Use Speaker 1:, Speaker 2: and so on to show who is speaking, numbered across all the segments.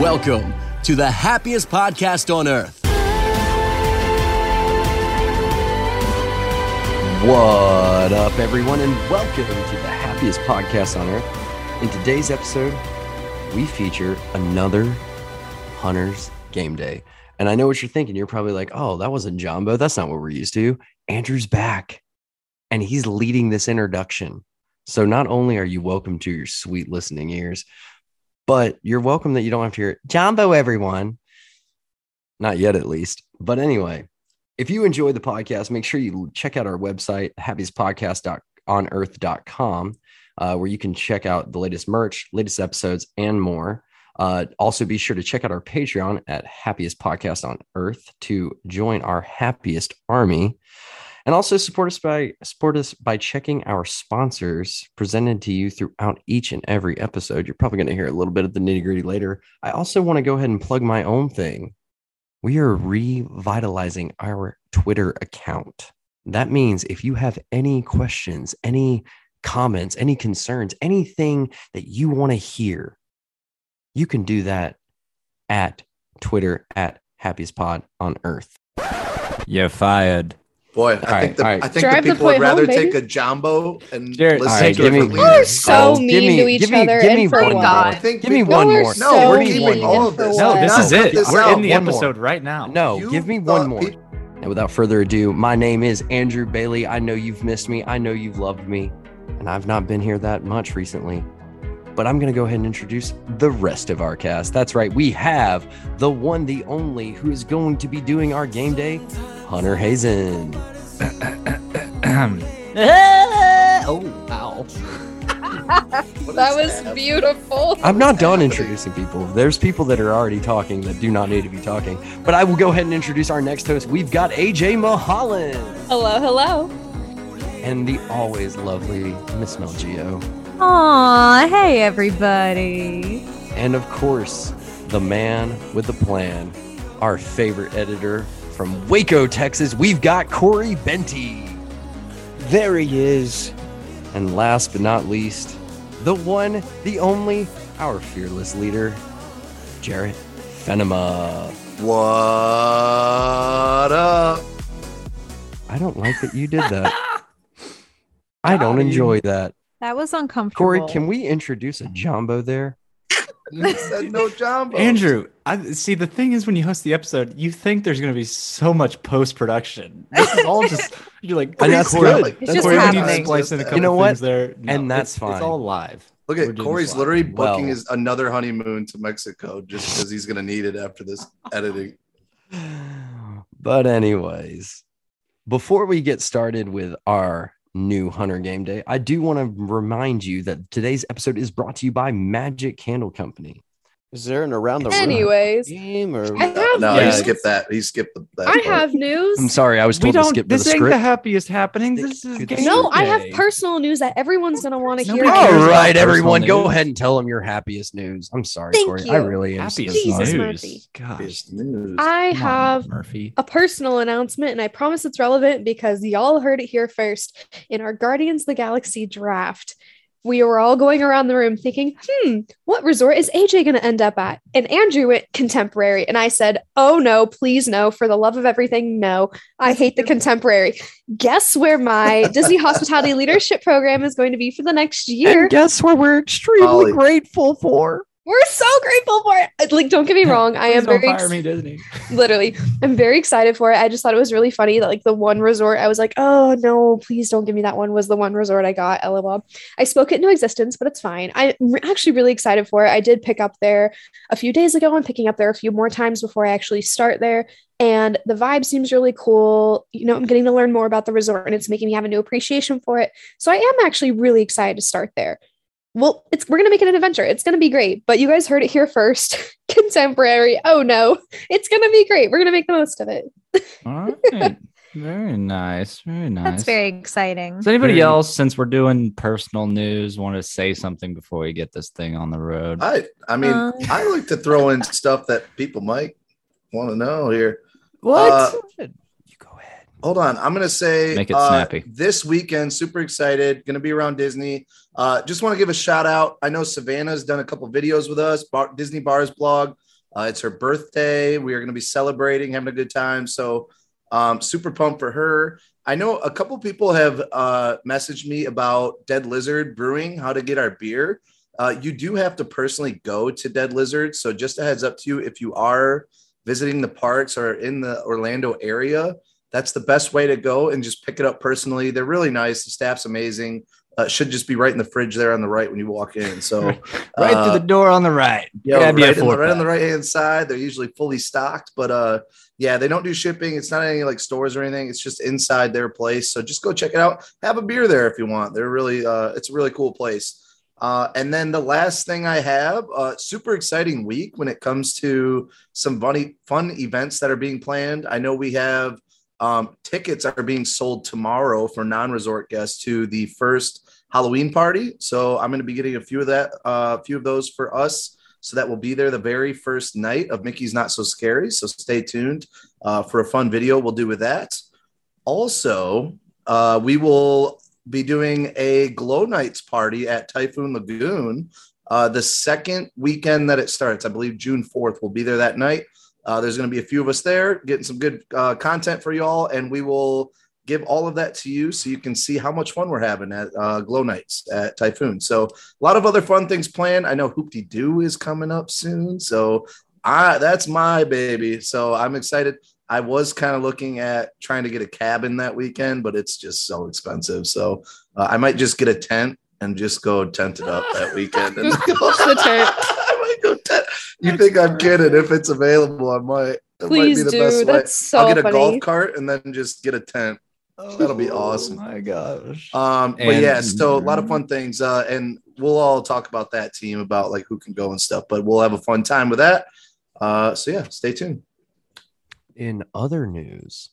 Speaker 1: Welcome to the happiest podcast on earth. What up, everyone, and welcome to the happiest podcast on earth. In today's episode, we feature another Hunter's Game Day. And I know what you're thinking. You're probably like, oh, that wasn't Jumbo. That's not what we're used to. Andrew's back, and he's leading this introduction. So not only are you welcome to your sweet listening ears, but you're welcome that you don't have to hear it. Jumbo, everyone. Not yet, at least. But anyway, if you enjoyed the podcast, make sure you check out our website, happiestpodcast.onearth.com, uh, where you can check out the latest merch, latest episodes, and more. Uh, also, be sure to check out our Patreon at Happiest Podcast on Earth to join our happiest army, and also support us by support us by checking our sponsors presented to you throughout each and every episode. You're probably going to hear a little bit of the nitty gritty later. I also want to go ahead and plug my own thing. We are revitalizing our Twitter account. That means if you have any questions, any comments, any concerns, anything that you want to hear you can do that at Twitter at happiest pod on earth.
Speaker 2: You're fired.
Speaker 3: Boy,
Speaker 2: right,
Speaker 3: I think, the,
Speaker 2: all right.
Speaker 3: I think the
Speaker 4: Drive the
Speaker 3: people would
Speaker 4: point
Speaker 3: rather
Speaker 4: home,
Speaker 3: take
Speaker 4: baby.
Speaker 3: a jumbo and
Speaker 2: Jared,
Speaker 3: listen
Speaker 2: all right,
Speaker 3: to it
Speaker 2: give
Speaker 3: for
Speaker 2: me-
Speaker 4: Y'all are
Speaker 3: leaders.
Speaker 4: so
Speaker 2: Oh, Give
Speaker 4: mean
Speaker 2: me-
Speaker 4: to each
Speaker 2: give me-
Speaker 4: other
Speaker 2: give
Speaker 4: and
Speaker 2: me
Speaker 4: for
Speaker 2: one
Speaker 4: what?
Speaker 2: more.
Speaker 3: I think
Speaker 2: Give me
Speaker 3: people-
Speaker 2: one
Speaker 4: Y'all are
Speaker 2: more.
Speaker 4: so
Speaker 3: No, we're
Speaker 4: mean
Speaker 3: keeping all of this.
Speaker 4: for
Speaker 2: No,
Speaker 4: what?
Speaker 2: this
Speaker 3: No,
Speaker 2: is
Speaker 3: cut
Speaker 2: it.
Speaker 3: this
Speaker 2: We're
Speaker 3: out.
Speaker 2: in the
Speaker 3: One more.
Speaker 2: episode right now.
Speaker 3: No,
Speaker 2: No,
Speaker 3: You
Speaker 2: give me
Speaker 3: thought
Speaker 2: one more.
Speaker 3: peop-
Speaker 2: and without further ado, my name is Andrew Bailey. I know you've missed me. I know you've loved me. And I've not been here that much recently. But I'm going to go ahead and introduce the rest of our cast. That's right. We have the one, the only, who is going to be doing our game day, Hunter Hazen. oh, ow.
Speaker 3: What
Speaker 4: That
Speaker 3: is
Speaker 4: was beautiful.
Speaker 2: I'm not done introducing people. There's people that are already talking that do not need to be talking. But I will go ahead and introduce our next host. We've got AJ Mulholland
Speaker 4: Hello, hello.
Speaker 2: and the always lovely Miss Mel Geo.
Speaker 5: Aw, hey everybody.
Speaker 2: And of course, the man with the plan, our favorite editor from Waco, Texas. We've got Corey Benty. There he is. And last but not least, the one, the only, our fearless leader, Jarrett Fenema.
Speaker 3: What up?
Speaker 2: I don't like that you did that. I don't enjoy that.
Speaker 5: That was uncomfortable.
Speaker 2: Corey, can we introduce a jumbo there?
Speaker 3: You said no jumbo.
Speaker 2: Andrew,
Speaker 6: I see. The thing is, when you host the episode, you think there's going to be so much post production. This is all just you're like,
Speaker 2: And
Speaker 6: and
Speaker 2: that's
Speaker 6: that's
Speaker 2: good.
Speaker 6: good.
Speaker 5: It's just
Speaker 6: Corey, we need to
Speaker 5: happening.
Speaker 6: Splice in a
Speaker 3: You
Speaker 6: couple
Speaker 2: know what?
Speaker 6: things There, No,
Speaker 2: And that's
Speaker 6: it's, It's
Speaker 2: fine.
Speaker 6: all live.
Speaker 3: Look
Speaker 6: We're
Speaker 3: at
Speaker 6: doing
Speaker 3: Corey's
Speaker 6: this live.
Speaker 3: literally booking
Speaker 2: Well-
Speaker 3: his another honeymoon to Mexico just because he's going to need it after this editing.
Speaker 2: But, anyways, before we get started with our new Hunter Game Day, I do want to remind you that today's episode is brought to you by Magic Candle Company. Is there an around the room
Speaker 4: Anyways,
Speaker 2: game or?
Speaker 4: I have
Speaker 3: No, he
Speaker 6: Yeah.
Speaker 4: news.
Speaker 3: skipped that. He skipped the, that
Speaker 4: I
Speaker 3: part.
Speaker 4: have news.
Speaker 2: I'm sorry, I was
Speaker 6: We
Speaker 2: told to
Speaker 6: don't.
Speaker 2: skip to the
Speaker 6: this ain't the
Speaker 2: script.
Speaker 6: happiest happenings.
Speaker 2: Stick
Speaker 6: This is
Speaker 2: to the
Speaker 6: game.
Speaker 2: script.
Speaker 4: No, I have
Speaker 6: day.
Speaker 4: personal news that everyone's gonna want to hear.
Speaker 6: Nobody cares
Speaker 2: All
Speaker 6: about
Speaker 2: right,
Speaker 6: personal
Speaker 2: everyone, go
Speaker 6: news.
Speaker 2: ahead and tell them your happiest news. I'm sorry,
Speaker 4: Thank
Speaker 2: Corey. I
Speaker 4: you.
Speaker 2: really am. so
Speaker 6: happiest
Speaker 4: Jesus,
Speaker 2: sorry.
Speaker 6: news.
Speaker 4: Murphy.
Speaker 6: Gosh,
Speaker 3: Happiest news.
Speaker 4: I
Speaker 6: come on,
Speaker 4: have
Speaker 6: Murphy.
Speaker 4: a personal announcement, and I promise it's relevant because y'all heard it here first. In our Guardians of the Galaxy draft, we were all going around the room thinking, hmm, what resort is AJ going to end up at? And Andrew went contemporary. And I said, oh no, please no. For the love of everything, no. I hate the contemporary. Guess where my Disney Hospitality Leadership Program is going to be for the next year?
Speaker 2: And guess what? We're extremely
Speaker 3: Ollie.
Speaker 2: grateful for.
Speaker 4: We're so grateful for it. Like, don't get me wrong. I
Speaker 6: Please
Speaker 4: am
Speaker 6: don't
Speaker 4: very
Speaker 6: fire me, Disney.
Speaker 4: literally i'm very excited for it i just thought it was really funny that like the one resort i was like oh no please don't give me that one was the one resort i got lol i spoke it into existence but it's fine i'm re- actually really excited for it i did pick up there a few days ago i'm picking up there a few more times before i actually start there and the vibe seems really cool you know i'm getting to learn more about the resort and it's making me have a new appreciation for it so i am actually really excited to start there well, it's we're gonna make it an adventure. It's gonna be great. But you guys heard it here first. Contemporary. Oh no it's gonna be great. We're gonna make the most of it.
Speaker 6: All right. Very nice. Very nice.
Speaker 5: That's very exciting.
Speaker 6: Does anybody
Speaker 2: Very-
Speaker 6: else, since we're doing personal news, want to say something before we get this thing on the road?
Speaker 3: I I mean,
Speaker 4: Uh,
Speaker 5: Um.
Speaker 3: I like to throw in stuff that people might want to know here.
Speaker 2: What?
Speaker 3: Uh,
Speaker 2: you go ahead.
Speaker 3: Hold on, I'm gonna say
Speaker 6: Make it
Speaker 3: uh,
Speaker 6: snappy.
Speaker 3: this weekend. Super excited, gonna be around Disney. Uh, just want to give a shout out. I know Savannah's done a couple videos with us, Bar- Disney Bars blog. Uh, it's her birthday. We are going to be celebrating, having a good time. So, um, super pumped for her. I know a couple people have uh, messaged me about Dead Lizard Brewing, how to get our beer. Uh, you do have to personally go to Dead Lizard. So, just a heads up to you if you are visiting the parks or in the Orlando area, that's the best way to go and just pick it up personally. They're really nice. The staff's amazing. Uh, should just be right in the fridge there on the right when you walk in. So,
Speaker 6: Right right
Speaker 3: uh,
Speaker 6: to the door on the right.
Speaker 3: yeah,
Speaker 6: Grab
Speaker 3: right,
Speaker 6: you a
Speaker 3: in the,
Speaker 6: four
Speaker 3: right on the
Speaker 6: pack.
Speaker 3: right hand side. They're usually fully stocked, but uh, yeah, they don't do shipping. It's not any like stores or anything. It's just inside their place. So just go check it out. Have a beer there if you want. They're really, uh, it's a really cool place. Uh, and then the last thing I have, uh, super exciting week when it comes to some funny fun events that are being planned. I know we have um, tickets are being sold tomorrow for non-resort guests to the first Halloween party. So I'm going to be getting a few of that, uh, a few of those for us. So that will be there the very first night of Mickey's Not So Scary. So stay tuned uh, for a fun video we'll do with that. Also, uh, we will be doing a Glow Nights party at Typhoon Lagoon uh, the second weekend that it starts. I believe June 4th. We'll be there that night. Uh, there's going to be a few of us there getting some good uh, content for y'all, and we will give all of that to you so you can see how much fun we're having at uh, Glow Nights at Typhoon. So a lot of other fun things planned. I know Hoopty Doo is coming up soon, so I that's my baby. So I'm excited. I was kind of looking at trying to get a cabin that weekend, but it's just so expensive. So uh, I might just get a tent and just go tent it up that weekend. And
Speaker 4: Just the tent.
Speaker 3: I might go tent. You think I'm kidding? If it's available, I might. It
Speaker 4: Please
Speaker 3: might be the
Speaker 4: do.
Speaker 3: best way.
Speaker 4: That's so
Speaker 3: I'll get a
Speaker 4: funny.
Speaker 3: golf cart and then just get a tent. That'll be awesome.
Speaker 6: Oh my gosh.
Speaker 3: Um, but
Speaker 6: And-
Speaker 3: yeah, so a lot
Speaker 1: Mhm.
Speaker 3: of fun things. Uh, and we'll all talk about that team about like who can go and stuff, but we'll have a fun time with that. Uh, so yeah, stay tuned.
Speaker 1: In other news,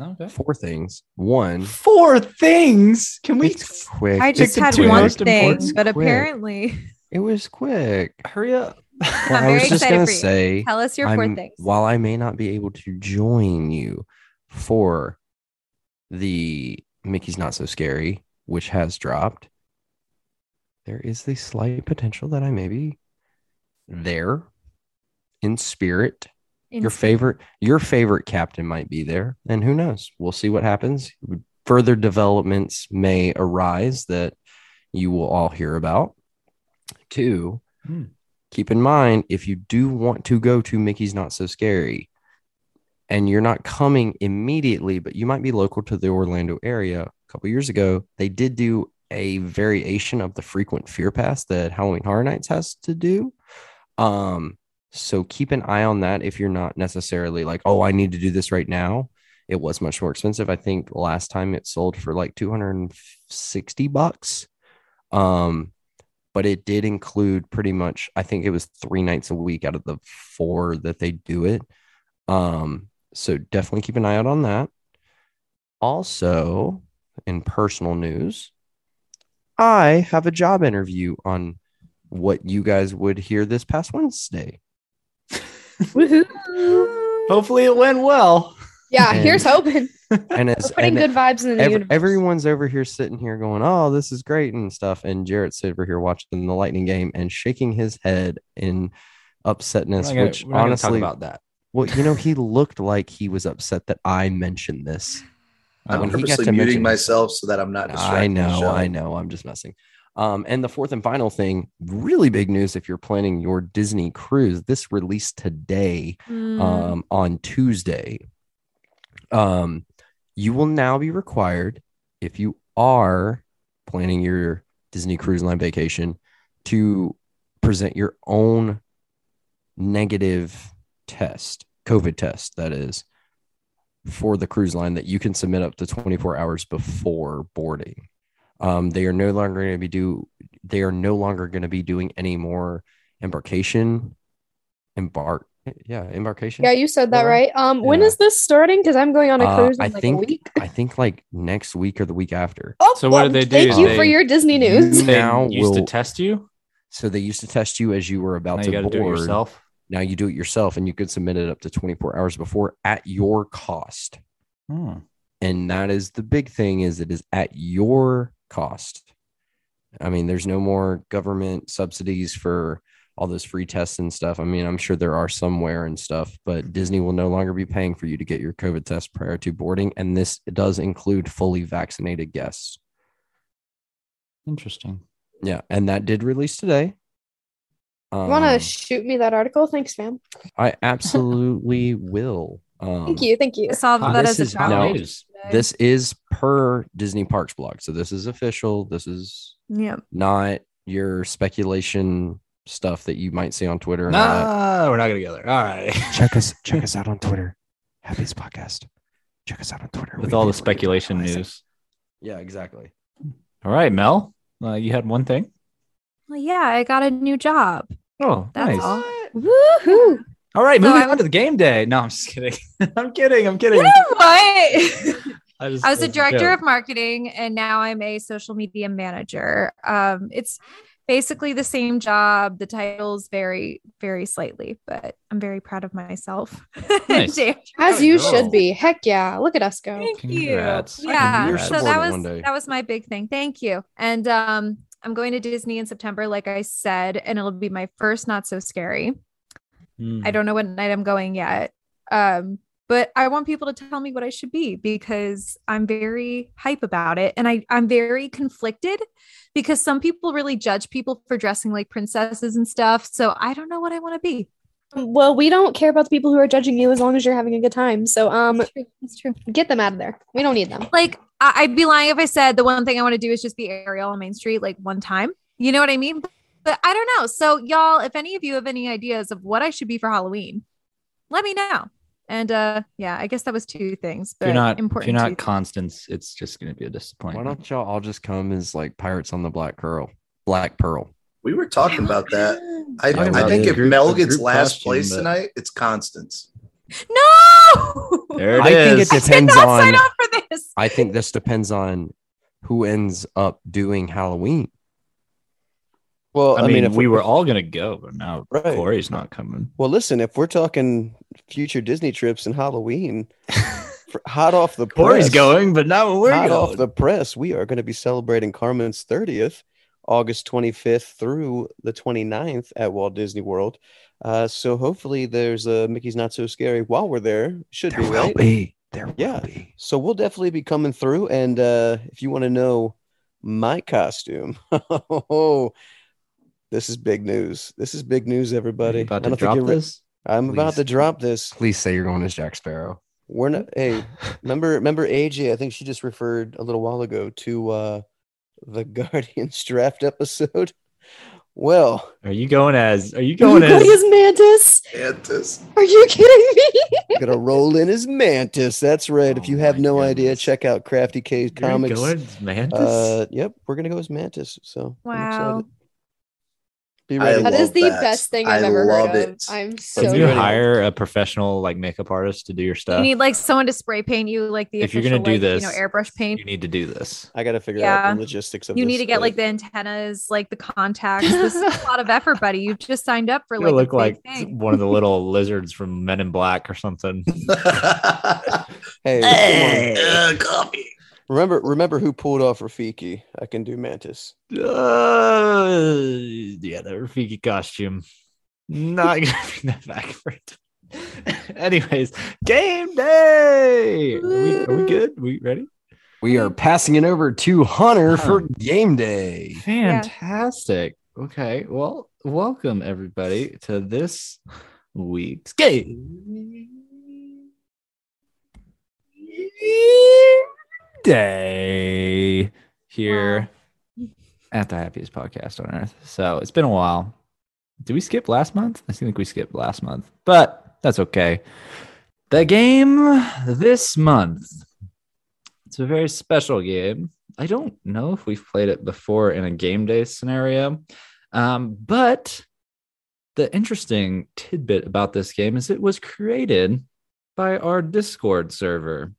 Speaker 6: Okay.
Speaker 1: four things. One,
Speaker 6: Four things. Can we
Speaker 1: it's quick.
Speaker 5: I just
Speaker 6: the
Speaker 5: had
Speaker 6: two
Speaker 5: one
Speaker 6: most
Speaker 5: thing,
Speaker 6: important
Speaker 5: but
Speaker 1: quick.
Speaker 5: apparently,
Speaker 1: It was quick.
Speaker 6: hurry up?
Speaker 1: Well, I
Speaker 5: I'm
Speaker 1: was
Speaker 5: very
Speaker 1: just
Speaker 5: excited
Speaker 1: gonna
Speaker 5: for you.
Speaker 1: say,
Speaker 5: tell us your four
Speaker 1: I'm-
Speaker 5: things.
Speaker 1: while I may not be able to join you for the Mickey's Not So Scary, which has dropped, there is the slight potential that I may be there in spirit.
Speaker 5: In-
Speaker 1: your favorite, your favorite captain might be there, and who knows? We'll see what happens. Further developments may arise that you will all hear about. Two,
Speaker 6: Hmm.
Speaker 1: keep in mind if you do want to go to Mickey's Not So Scary and you're not coming immediately, but you might be local to the Orlando area. A couple years ago, they did do a variation of the frequent fear pass that Halloween Horror Nights has to do. Um, so keep an eye on that if you're not necessarily like, oh, I need to do this right now. It was much more expensive. I think last time it sold for like 260 bucks. Um, but it did include pretty much, I think it was three nights a week out of the four that they do it. Um, so definitely keep an eye out on that. Also, in personal news, I have a job interview on what you guys would hear this past Wednesday.
Speaker 6: Hopefully it went well.
Speaker 4: Yeah,
Speaker 1: And-
Speaker 4: here's hoping.
Speaker 1: And
Speaker 4: We're
Speaker 1: it's and
Speaker 4: putting good vibes in the
Speaker 1: ev-
Speaker 4: universe.
Speaker 1: everyone's over here sitting here going, "Oh, this is great" and stuff. And Jarrett's over here watching the Lightning game and shaking his head in
Speaker 6: We're
Speaker 1: upsetness,
Speaker 6: not gonna-
Speaker 1: which
Speaker 6: we're not gonna
Speaker 1: honestly,
Speaker 6: talk about that.
Speaker 1: well, you know, he looked like he was upset that I mentioned this.
Speaker 3: I'm
Speaker 1: When Oh,
Speaker 6: Um,
Speaker 1: he got
Speaker 3: purposely
Speaker 1: to
Speaker 3: muting
Speaker 1: mention-
Speaker 3: myself so that I'm not distracted.
Speaker 1: I know, I know. I'm just messing. Um, and the fourth and final thing, really big news if you're planning your Disney cruise. This released today
Speaker 4: Mm-hmm.
Speaker 5: Mm,
Speaker 1: um, on Tuesday. Um, you will now be required, if you are planning your Disney Cruise Line vacation, to present your own negative test, COVID test, that is, for the cruise line that you can submit up to 24 hours before boarding. Um, they are no longer going to be do. They are no longer going to be doing any more embarkation, embark. Yeah, embarkation.
Speaker 4: Yeah, you said that
Speaker 1: Really?
Speaker 4: right. Um, when
Speaker 1: Yeah.
Speaker 4: is this starting? Because I'm going on a
Speaker 1: Uh,
Speaker 4: cruise in
Speaker 1: I
Speaker 4: like
Speaker 1: think-
Speaker 4: a week.
Speaker 1: I think like next week or the week after.
Speaker 4: Oh,
Speaker 6: So what do they do?
Speaker 4: Thank
Speaker 6: Is
Speaker 4: you
Speaker 6: they-
Speaker 4: for your Disney news.
Speaker 1: You now
Speaker 6: used to
Speaker 1: will-
Speaker 6: test you.
Speaker 1: So they used to test you as you were about
Speaker 6: Now
Speaker 1: to
Speaker 6: you got to
Speaker 1: board.
Speaker 6: do it yourself.
Speaker 1: Now you do it yourself, and you could submit it up to 24 hours before at your cost.
Speaker 6: Hmm.
Speaker 1: And that is the big thing: is it is at your cost. I mean, there's no more government subsidies for all those free tests and stuff. I mean, I'm sure there are somewhere and stuff, but Disney will no longer be paying for you to get your COVID test prior to boarding. And this does include fully vaccinated guests.
Speaker 6: Interesting.
Speaker 1: Yeah. And that did release today.
Speaker 4: You want to
Speaker 1: Um,
Speaker 4: shoot me that article? Thanks, fam.
Speaker 1: I absolutely will. Um,
Speaker 4: Thank you. Thank you.
Speaker 5: I saw
Speaker 6: Oh,
Speaker 5: that
Speaker 7: this
Speaker 5: as a
Speaker 7: is
Speaker 5: travel.
Speaker 1: no.
Speaker 7: hot
Speaker 5: today.
Speaker 7: news.
Speaker 1: This is per Disney Parks blog. So this is official. This is
Speaker 5: Yeah.
Speaker 1: not your speculation stuff that you might see on Twitter. and all that.
Speaker 6: No, we're not gonna go there. All right.
Speaker 1: check us check us out on Twitter. Happy's podcast. Check us out on Twitter.
Speaker 6: With
Speaker 1: We've
Speaker 6: all the
Speaker 1: been-
Speaker 6: speculation
Speaker 1: we've been-
Speaker 6: news.
Speaker 1: Yeah, exactly.
Speaker 6: All right, Mel. Uh, you had one thing.
Speaker 5: Well, yeah, I got a new job.
Speaker 6: Oh,
Speaker 5: That's
Speaker 6: nice.
Speaker 5: all.
Speaker 4: Woohoo.
Speaker 6: All right,
Speaker 5: So
Speaker 6: moving
Speaker 5: I-
Speaker 6: on to the game day. No, I'm just kidding. I'm kidding. I'm kidding.
Speaker 5: What?
Speaker 6: I, just,
Speaker 5: I was the
Speaker 6: it's
Speaker 5: director
Speaker 6: joke.
Speaker 5: of marketing and now I'm a social media manager. Um, it's basically the same job. The titles vary very slightly, but I'm very proud of myself.
Speaker 6: Nice.
Speaker 5: Damn.
Speaker 4: As you
Speaker 6: go.
Speaker 4: should be. Heck yeah. Look at us go.
Speaker 5: Thank
Speaker 6: Congrats.
Speaker 5: you. Yeah.
Speaker 6: Congrats.
Speaker 5: So that
Speaker 1: Support it
Speaker 5: was
Speaker 1: one day.
Speaker 5: that was my big thing. Thank you. And um, I'm going to Disney in September, like I said, and it'll be my first not so scary.
Speaker 6: Hmm.
Speaker 5: I don't know what night I'm going yet. Um, but I want people to tell me what I should be because I'm very hype about it. And I, I'm very conflicted because some people really judge people for dressing like princesses and stuff. So I don't know what I want to be.
Speaker 4: Well, we don't care about the people who are judging you as long as you're having a good time. So um
Speaker 5: true. It's true.
Speaker 4: get them out of there. We don't need them.
Speaker 5: Like, I, I'd be lying if I said the one thing I want to do is just be Ariel on Main Street like one time. You know what I mean? But I don't know. So, y'all, if any of you have any ideas of what I should be for Halloween, let me know. And uh yeah, I guess that was two things.
Speaker 6: If
Speaker 5: But
Speaker 6: you're not, if
Speaker 5: important
Speaker 6: you're
Speaker 5: two
Speaker 6: not
Speaker 5: things.
Speaker 6: Constance, it's just going to be a
Speaker 1: Why
Speaker 6: disappointment.
Speaker 1: don't y'all all just come as like pirates on the black curl, black pearl?
Speaker 3: We were talking about that. I,
Speaker 1: Talking
Speaker 3: I
Speaker 1: about
Speaker 3: think
Speaker 1: the
Speaker 3: if
Speaker 7: group-
Speaker 3: Mel
Speaker 7: the
Speaker 3: gets
Speaker 7: group
Speaker 3: last
Speaker 7: costume,
Speaker 3: place
Speaker 7: but-
Speaker 3: tonight, it's Constance.
Speaker 5: No.
Speaker 6: There it
Speaker 1: I think
Speaker 6: is.
Speaker 1: it depends
Speaker 5: I did not sign
Speaker 1: on.
Speaker 5: up for this.
Speaker 1: I think this depends on who ends up doing Halloween.
Speaker 7: Well,
Speaker 6: I, mean,
Speaker 7: if
Speaker 6: we were all going to go, but now
Speaker 7: Right.
Speaker 6: Corey's not coming.
Speaker 7: Well, listen, if we're talking future Disney trips and Halloween, for- hot off the
Speaker 6: Corey's
Speaker 7: press,
Speaker 6: going, but not we're
Speaker 7: hot
Speaker 6: going.
Speaker 7: off the press, we are going to be celebrating Carmen's 30th, August 25th through the 29th at Walt Disney World. Uh, so hopefully there's a Mickey's Not So Scary while we're there. Should be, right?
Speaker 1: be. There
Speaker 7: Yeah.
Speaker 1: be.
Speaker 7: So we'll definitely be coming through. And uh, if you want to know my costume, oh, this is big news. This is big news,
Speaker 6: Are
Speaker 7: everybody.
Speaker 6: you about to
Speaker 7: I don't think
Speaker 6: drop
Speaker 7: you're re-
Speaker 6: this?
Speaker 7: I'm about
Speaker 1: Please.
Speaker 7: to drop this.
Speaker 1: Please say you're going as Jack Sparrow.
Speaker 7: We're not. Hey, remember, remember AJ? I think she just referred a little while ago to uh, the Guardians draft episode. Well,
Speaker 6: Are you going as? Are you
Speaker 4: Are you
Speaker 6: going as?
Speaker 4: going as Mantis?
Speaker 3: Mantis.
Speaker 4: Are you kidding me?
Speaker 7: gonna roll in as Mantis. That's right. if
Speaker 6: Oh
Speaker 7: you have
Speaker 6: my
Speaker 7: no idea,
Speaker 6: goodness.
Speaker 7: check out Crafty K
Speaker 6: You're
Speaker 7: Comics.
Speaker 6: Going as Mantis.
Speaker 7: Uh, yep, we're gonna go as Mantis. So I'm excited.
Speaker 5: Wow.
Speaker 7: Be
Speaker 3: I
Speaker 7: ready.
Speaker 4: That is
Speaker 3: love
Speaker 4: the
Speaker 3: that.
Speaker 4: best thing
Speaker 3: I
Speaker 4: I've ever
Speaker 3: love
Speaker 4: heard of.
Speaker 3: it.
Speaker 4: I'm so
Speaker 6: Can
Speaker 7: It's
Speaker 6: you
Speaker 7: good.
Speaker 4: excited.
Speaker 6: hire a professional like makeup artist to do your
Speaker 5: You
Speaker 6: stuff?
Speaker 5: need like someone to spray paint you like the
Speaker 6: If you're gonna
Speaker 5: official,
Speaker 6: do this,
Speaker 5: like, you know, airbrush
Speaker 6: you
Speaker 5: paint.
Speaker 6: need to do this.
Speaker 7: I gotta figure out
Speaker 5: Yeah.
Speaker 7: the logistics of
Speaker 5: You
Speaker 7: this,
Speaker 5: need to get like
Speaker 7: but
Speaker 5: the antennas, like the contacts. This is a lot of effort, buddy. You've just signed up for
Speaker 6: You
Speaker 5: like a
Speaker 6: look like
Speaker 5: big thing.
Speaker 6: one of the little lizards from Men in Black or something.
Speaker 7: hey, come
Speaker 3: Uh,
Speaker 7: on.
Speaker 3: copy.
Speaker 7: remember remember who pulled off Rafiki? I can do Mantis.
Speaker 6: Uh, yeah, that Rafiki costume. Not gonna bring that back for it. Anyways, game day. Are we, are we good? We ready?
Speaker 1: We are passing it over to Hunter for game day.
Speaker 6: Fantastic. Okay. Well, welcome everybody to this week's game day here at the happiest podcast on earth. So it's been a while. Did we skip last month? I think we skipped last month, but that's okay. The game this month. It's a very special game. I don't know if we've played it before in a game day scenario, um, but the interesting tidbit about this game is it was created by our Discord server.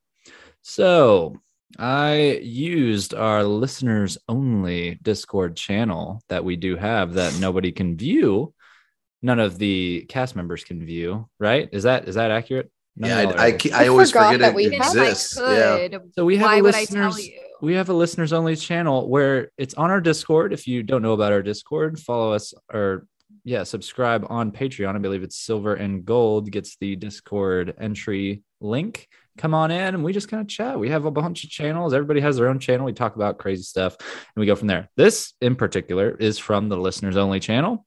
Speaker 6: So I used our listeners only Discord channel that we do have that nobody can view. None of the cast members can view, right? Is that is that accurate? None
Speaker 3: Yeah,
Speaker 6: of y'all are-
Speaker 3: I, I, ke-
Speaker 4: I
Speaker 3: I always
Speaker 4: forgot
Speaker 3: forget
Speaker 4: that
Speaker 3: it
Speaker 4: we
Speaker 5: Even if I
Speaker 3: exists. Yeah.
Speaker 5: could,
Speaker 6: So we have
Speaker 5: why
Speaker 6: a
Speaker 5: would I tell
Speaker 6: listeners-
Speaker 5: you?
Speaker 6: we have a listeners only channel where it's on our discord if you don't know about our discord follow us or yeah, subscribe on Patreon. I believe it's silver and gold gets the Discord entry link. Come on in and we just kind of chat. We have a bunch of channels. Everybody has their own channel. We talk about crazy stuff and we go from there. This in particular is from the listeners only channel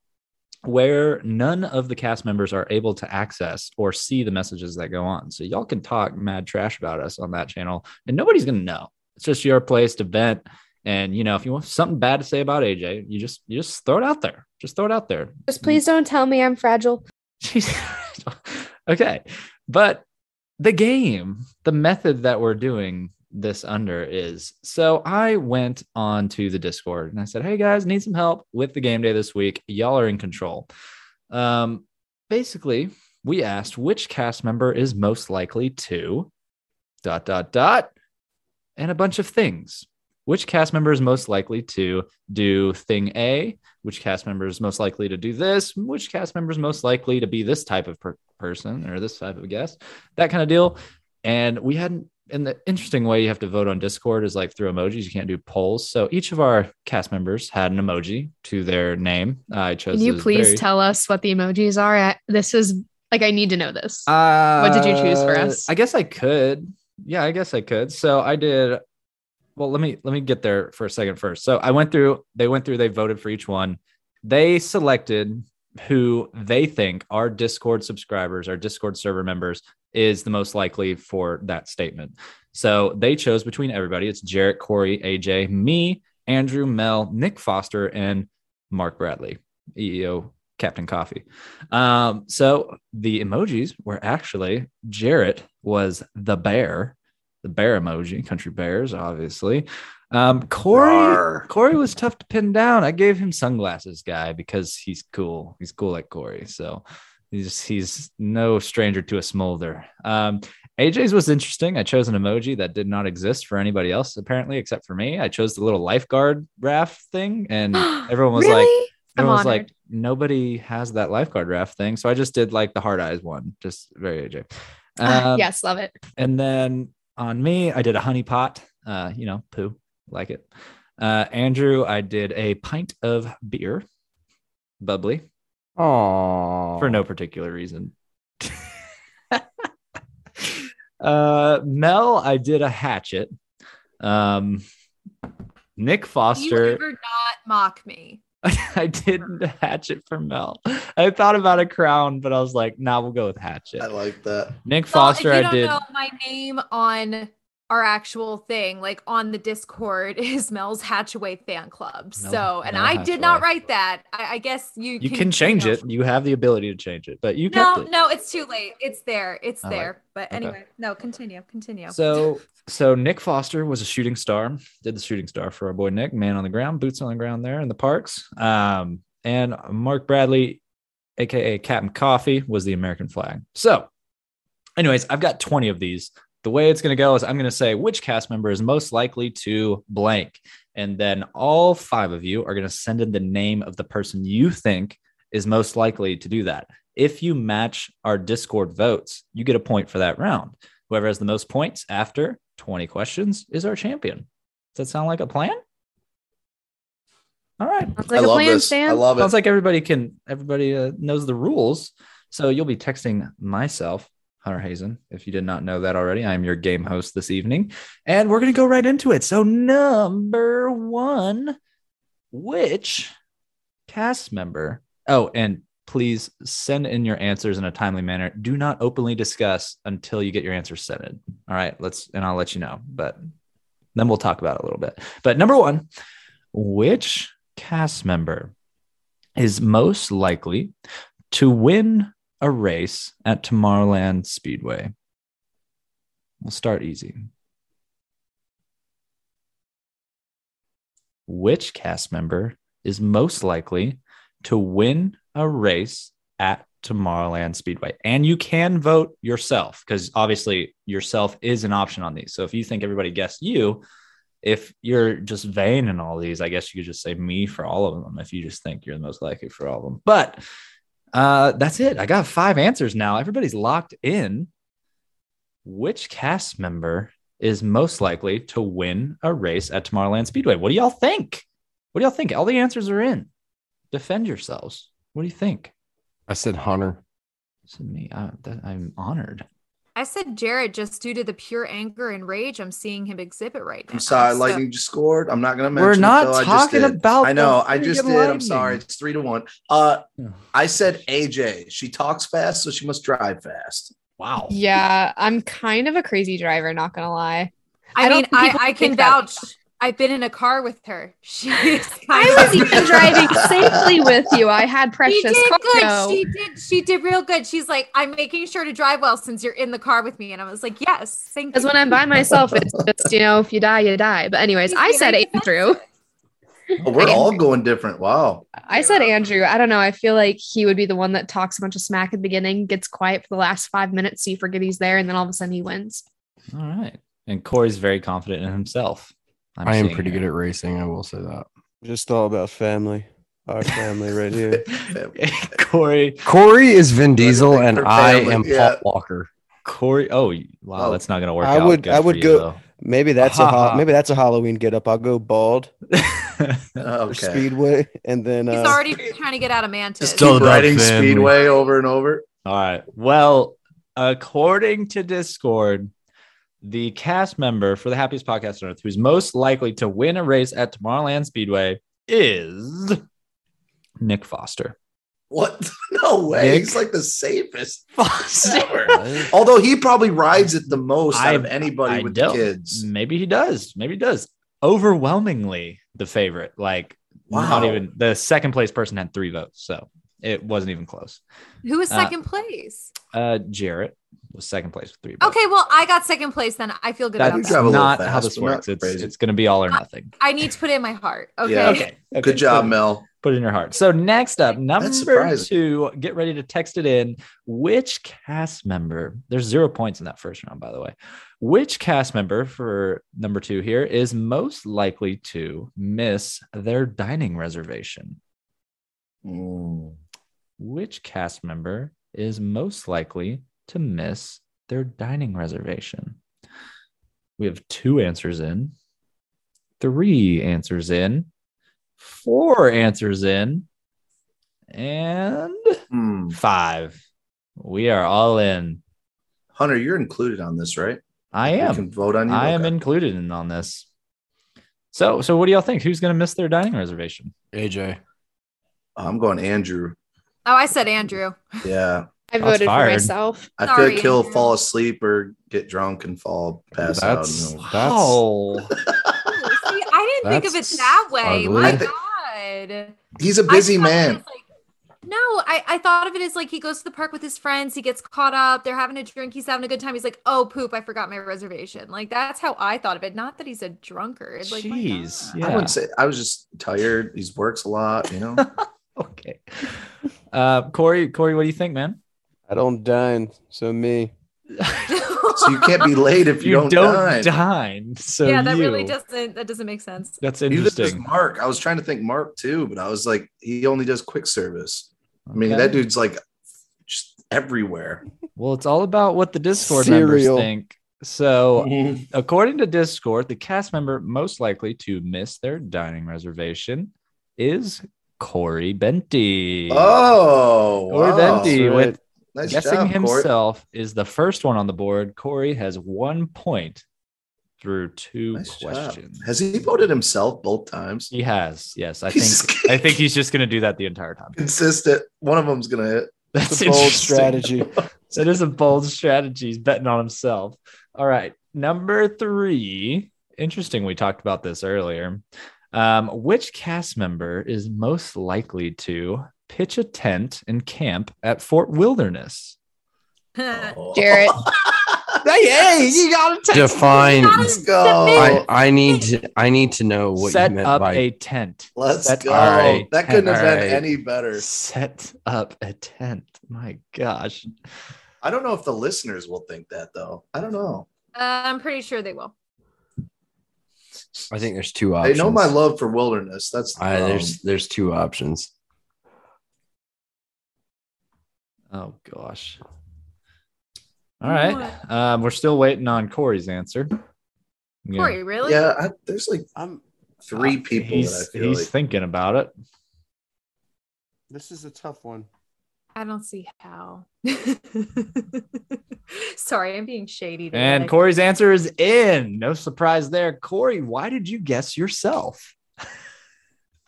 Speaker 6: where none of the cast members are able to access or see the messages that go on. So y'all can talk mad trash about us on that channel and nobody's going to know. It's just your place to vent. And you know, if you want something bad to say about AJ, you just you just throw it out there. Just throw it out there.
Speaker 4: Just please don't tell me I'm fragile.
Speaker 6: Jeez. okay. But the game, the method that we're doing this under is so I went on to the Discord and I said, Hey guys, need some help with the game day this week. Y'all are in control. Um, basically, we asked which cast member is most likely to dot dot dot and a bunch of things. Which cast member is most likely to do thing A? Which cast member is most likely to do this? Which cast member is most likely to be this type of per- person or this type of guest? That kind of deal. And we hadn't and the interesting way you have to vote on Discord is like through emojis. You can't do polls. So each of our cast members had an emoji to their name. I chose.
Speaker 2: Can you
Speaker 6: the
Speaker 2: please
Speaker 6: very-
Speaker 2: tell us what the emojis are? I- This is like I need to know this.
Speaker 6: Uh,
Speaker 2: What did you choose for us?
Speaker 6: I guess I could. Yeah, I guess I could. So I did. Well, let me let me get there for a second first. So I went through. They went through. They voted for each one. They selected who they think our Discord subscribers, our Discord server members, is the most likely for that statement. So they chose between everybody. It's Jarrett, Corey, AJ, me, Andrew, Mel, Nick Foster, and Mark Bradley, EEO Captain Coffee. Um, so the emojis were actually Jarrett was the bear, the bear emoji, country bears, obviously. Um, Corey,
Speaker 3: Rawr.
Speaker 6: Corey was tough to pin down. I gave him sunglasses guy because he's cool. He's cool like Corey. So he's he's no stranger to a smolder. Um, AJ's was interesting. I chose an emoji that did not exist for anybody else apparently, except for me. I chose the little lifeguard raft thing, and everyone was like,
Speaker 5: Really? I'm
Speaker 6: everyone was
Speaker 5: honored.
Speaker 6: like, nobody has that lifeguard raft thing. So I just did like the hard eyes one, just very AJ. Um,
Speaker 2: yes, love it.
Speaker 6: and then on me, I did a honey pot, uh, you know, poo, like it. Uh, Andrew, I did a pint of beer, bubbly,
Speaker 1: Oh,
Speaker 6: for no particular reason. uh, Mel, I did a hatchet. Um, Nick
Speaker 5: You
Speaker 6: Foster,
Speaker 5: ever not mock me?
Speaker 6: I did a hatchet for Mel. I thought about a crown, but I was like, nah, we'll go with hatchet.
Speaker 3: I like that.
Speaker 6: Nick
Speaker 5: Well,
Speaker 6: Foster,
Speaker 5: if you
Speaker 6: I
Speaker 5: don't
Speaker 6: did.
Speaker 5: know my name on our actual thing, like on the Discord, is Mel's Hatchaway fan club.
Speaker 6: Mel-
Speaker 5: so, and
Speaker 6: Mel
Speaker 5: I did not
Speaker 6: Hatchaway.
Speaker 5: write that. I, I guess you
Speaker 6: You can change
Speaker 5: know.
Speaker 6: it. You have the ability to change it, but you
Speaker 5: No,
Speaker 6: kept it.
Speaker 5: no, it's too late. It's there. It's
Speaker 6: I like
Speaker 5: there. But
Speaker 6: Okay.
Speaker 5: anyway, no, continue, continue.
Speaker 6: So so Nick Foster was a shooting star, did the shooting star for our boy Nick, man on the ground, boots on the ground there in the parks. Um, and Mark Bradley, aka Captain Coffee, was the American flag. So, anyways, I've got 20 of these. The way it's gonna go is I'm gonna say which cast member is most likely to blank. And then all five of you are gonna send in the name of the person you think is most likely to do that. If you match our Discord votes, you get a point for that round. Whoever has the most points after 20 questions is our champion. Does that sound like a plan? All right.
Speaker 4: Sounds like
Speaker 3: I
Speaker 4: a
Speaker 3: love
Speaker 4: plan,
Speaker 3: this. I
Speaker 4: Stan.
Speaker 3: love
Speaker 6: Sounds
Speaker 3: it.
Speaker 6: like everybody can everybody uh, knows the rules. So you'll be texting myself, Hunter Hazen, if you did not know that already. I am your game host this evening, and we're going to go right into it. So number 1, which cast member? Oh, and please send in your answers in a timely manner. Do not openly discuss until you get your answers sent in. All right, let's and I'll let you know, but then we'll talk about it a little bit. But number 1, which cast member is most likely to win a race at Tomorrowland Speedway? We'll start easy. Which cast member is most likely to win a race at Tomorrowland Speedway? And you can vote yourself because obviously yourself is an option on these. So if you think everybody guessed you, if you're just vain in all these, I guess you could just say me for all of them if you just think you're the most likely for all of them. But uh, that's it. I got five answers now. Everybody's locked in. Which cast member is most likely to win a race at Tomorrowland Speedway? What do y'all think? What do y'all think? All the answers are in. Defend yourselves. What do you think?
Speaker 1: I said Hunter.
Speaker 6: This is me. I, that, I'm honored.
Speaker 5: I said Jared just due to the pure anger and rage I'm seeing him exhibit right now.
Speaker 3: I'm sorry,
Speaker 5: So-
Speaker 3: Lightning just scored. I'm not gonna mention.
Speaker 6: We're
Speaker 3: it, though.
Speaker 6: not
Speaker 3: I just
Speaker 6: talking
Speaker 3: did.
Speaker 6: about.
Speaker 3: I
Speaker 6: the
Speaker 3: know. I just
Speaker 6: friggin'
Speaker 3: did. I'm
Speaker 6: lightning.
Speaker 3: sorry. It's three to one. Uh,
Speaker 6: Yeah.
Speaker 3: I said AJ. She talks fast, so she must drive fast.
Speaker 6: Wow.
Speaker 2: Yeah, I'm kind of a crazy driver, not gonna lie.
Speaker 5: I,
Speaker 2: I don't
Speaker 5: mean,
Speaker 2: think
Speaker 5: I,
Speaker 2: people
Speaker 5: I can
Speaker 2: think that.
Speaker 5: vouch. I've been in a car with her. She is kind
Speaker 2: I
Speaker 5: of-
Speaker 2: was even driving safely with you. I had
Speaker 5: She
Speaker 2: precious
Speaker 5: did
Speaker 2: cargo.
Speaker 5: good. She did. She did real good. She's like, I'm making sure to drive well since you're in the car with me, and I was like, yes, thank you.
Speaker 2: Because when I'm by myself, it's just you know, if you die, you die. But anyways,
Speaker 5: She's
Speaker 2: I said
Speaker 5: very
Speaker 2: Andrew.
Speaker 3: Oh, we're all going different. Wow.
Speaker 2: I said Andrew. I don't know. I feel like he would be the one that talks a bunch of smack at the beginning, gets quiet for the last five minutes, so you forget he's there, and then all of a sudden he wins.
Speaker 6: All right. And Corey's very confident in himself. I'm
Speaker 1: I am
Speaker 6: seeing
Speaker 1: pretty
Speaker 6: it.
Speaker 1: good at racing. I will say that.
Speaker 7: Just all about family. Our family right here.
Speaker 6: Corey.
Speaker 1: Corey is Vin Diesel,
Speaker 3: think
Speaker 1: and
Speaker 3: for
Speaker 1: I
Speaker 3: family,
Speaker 1: am
Speaker 3: yeah.
Speaker 1: Paul Walker.
Speaker 6: Corey. Oh, wow.
Speaker 3: Oh.
Speaker 6: that's not going to work
Speaker 7: I
Speaker 6: out.
Speaker 7: would-
Speaker 6: Good
Speaker 7: I
Speaker 6: for
Speaker 7: would
Speaker 6: you,
Speaker 7: go-
Speaker 6: though.
Speaker 7: Maybe that's
Speaker 6: Ha
Speaker 7: a
Speaker 6: ha.
Speaker 7: ha- maybe that's a Halloween get up. I'll go bald for
Speaker 3: okay.
Speaker 7: Speedway, and then
Speaker 5: He's
Speaker 7: uh,
Speaker 5: already trying to get out of Mantis.
Speaker 3: Just keep
Speaker 6: about
Speaker 3: riding
Speaker 6: family.
Speaker 3: Speedway over and over.
Speaker 6: All right. Well, according to Discord, the cast member for the Happiest Podcast on Earth who's most likely to win a race at Tomorrowland Speedway is Nick Foster.
Speaker 3: What? No way.
Speaker 6: Nick?
Speaker 3: He's like the safest.
Speaker 6: Foster.
Speaker 3: Although he probably rides it the most out of
Speaker 6: I-
Speaker 3: anybody
Speaker 6: I
Speaker 3: with
Speaker 6: don't. Mm,
Speaker 3: the kids.
Speaker 6: Maybe he does. Maybe he does. Overwhelmingly the favorite. Like not
Speaker 3: Wow.
Speaker 6: even the second place person had three votes. So it wasn't even close.
Speaker 5: Who was
Speaker 6: Uh,
Speaker 5: second place?
Speaker 6: Uh Jarrett was second place with three votes.
Speaker 5: Okay, well, I got second place. Then I feel good about
Speaker 6: That's
Speaker 5: that.
Speaker 3: drive a little
Speaker 6: not
Speaker 3: fast,
Speaker 6: how this
Speaker 3: but not
Speaker 6: works. It's,
Speaker 3: crazy.
Speaker 6: it's going to be all or nothing.
Speaker 5: I need to put in my heart. Okay.
Speaker 3: Yeah.
Speaker 6: Okay.
Speaker 3: Good job,
Speaker 6: Put-
Speaker 3: Mel.
Speaker 6: Put it in your heart. So next up, number
Speaker 3: surprising.
Speaker 6: two, get ready to text it in. Which cast member? There's zero points in that first round, by the way. Which cast member for number two here is most likely to miss their dining reservation?
Speaker 3: Mm.
Speaker 6: Which cast member is most likely to miss their dining reservation? We have two answers in, three answers in, four answers in, and
Speaker 3: Hmm.
Speaker 6: five. We are all in.
Speaker 3: Hunter, you're included on this, right?
Speaker 6: I
Speaker 3: We
Speaker 6: am.
Speaker 3: can vote on you.
Speaker 6: I am
Speaker 3: Okay.
Speaker 6: included in on this. So, so what do y'all think? Who's going to miss their dining reservation?
Speaker 1: AJ.
Speaker 3: I'm going Andrew.
Speaker 5: Oh, I said Andrew.
Speaker 3: Yeah.
Speaker 4: I
Speaker 6: Shots
Speaker 4: voted
Speaker 6: fired.
Speaker 4: for myself.
Speaker 3: I
Speaker 5: Sorry,
Speaker 3: feel like he'll
Speaker 5: Andrew.
Speaker 3: fall asleep or get drunk and fall pass
Speaker 1: That's-
Speaker 3: out.
Speaker 1: That's-
Speaker 6: Wow.
Speaker 5: Ooh, See, I didn't think of it
Speaker 1: That's
Speaker 5: that way.
Speaker 1: ugly.
Speaker 5: My
Speaker 3: I thi-
Speaker 5: God.
Speaker 3: He's a
Speaker 5: I
Speaker 3: busy
Speaker 5: thought of it
Speaker 3: man.
Speaker 5: as, like- no, I, I thought of it as like he goes to the park with his friends, he gets caught up, they're having a drink, he's having a good time. He's like, oh poop, I forgot my reservation. Like that's how I thought of it. Not that he's a drunkard. Like, my
Speaker 6: Jeez.
Speaker 5: God.
Speaker 6: Yeah.
Speaker 3: I wouldn't say I was just tired. He works a lot, you know.
Speaker 6: okay. Uh, Corey, Corey, what do you think, man?
Speaker 7: I don't dine. So me.
Speaker 3: so you can't be late if you, don't, dine.
Speaker 6: dine, So
Speaker 5: yeah, that really
Speaker 6: you-
Speaker 5: doesn't that doesn't make sense.
Speaker 6: That's
Speaker 3: Neither does
Speaker 6: interesting.
Speaker 3: Mark. I was trying to think Mark too, but I was like, he only does quick service. I mean,
Speaker 6: Okay.
Speaker 3: that dude's like just everywhere.
Speaker 6: Well, it's all about what the Discord
Speaker 7: Cereal.
Speaker 6: members think. So,
Speaker 3: Mm-hmm.
Speaker 6: according to Discord, the cast member most likely to miss their dining reservation is Corey Benty.
Speaker 3: Oh,
Speaker 6: Corey
Speaker 3: wow.
Speaker 6: Benty
Speaker 7: That's
Speaker 6: with
Speaker 7: right.
Speaker 3: Nice
Speaker 6: guessing
Speaker 3: job, Court.
Speaker 6: himself is the first one on the board. Corey has one point through two
Speaker 3: Nice job.
Speaker 6: questions.
Speaker 3: Has he voted himself both times?
Speaker 6: He has, yes. I
Speaker 3: He's
Speaker 6: think I think he's just going to do that the entire time.
Speaker 3: Consistent. One of them's gonna hit.
Speaker 6: That's
Speaker 7: It's a bold
Speaker 6: interesting.
Speaker 7: strategy.
Speaker 6: That is a bold strategy. He's betting on himself. All right. Number three. Interesting. We talked about this earlier. Um, which cast member is most likely to pitch a tent and camp at Fort Wilderness?
Speaker 5: Uh,
Speaker 3: Oh.
Speaker 4: Jarrett.
Speaker 3: hey, you got
Speaker 1: Define.
Speaker 5: Not
Speaker 3: Let's go.
Speaker 1: I, I need to. I need to know what
Speaker 6: Set
Speaker 1: you meant
Speaker 6: up
Speaker 1: by.
Speaker 6: a tent.
Speaker 3: Let's
Speaker 6: Set
Speaker 3: go.
Speaker 6: up a
Speaker 3: That
Speaker 6: tent.
Speaker 3: couldn't have been
Speaker 1: Alright.
Speaker 3: any better.
Speaker 6: Set up a tent. My gosh.
Speaker 3: I don't know if the listeners will think that though. I don't know.
Speaker 5: Uh, I'm pretty sure they will.
Speaker 1: I think there's two options.
Speaker 3: They know my love for wilderness. That's the
Speaker 1: I,
Speaker 3: problem.
Speaker 1: there's there's two options.
Speaker 6: Oh gosh. All right. Um, we're still waiting on Corey's answer. Yeah.
Speaker 5: Corey, really?
Speaker 3: yeah. I, there's like
Speaker 7: I'm
Speaker 3: three
Speaker 6: Uh,
Speaker 3: people
Speaker 6: He's,
Speaker 3: that I feel
Speaker 6: he's
Speaker 3: like.
Speaker 6: thinking about it.
Speaker 7: This is a tough one.
Speaker 5: I don't see how. Sorry, I'm being shady. today.
Speaker 6: And Corey's answer is in. No surprise there. Corey, why did you guess yourself?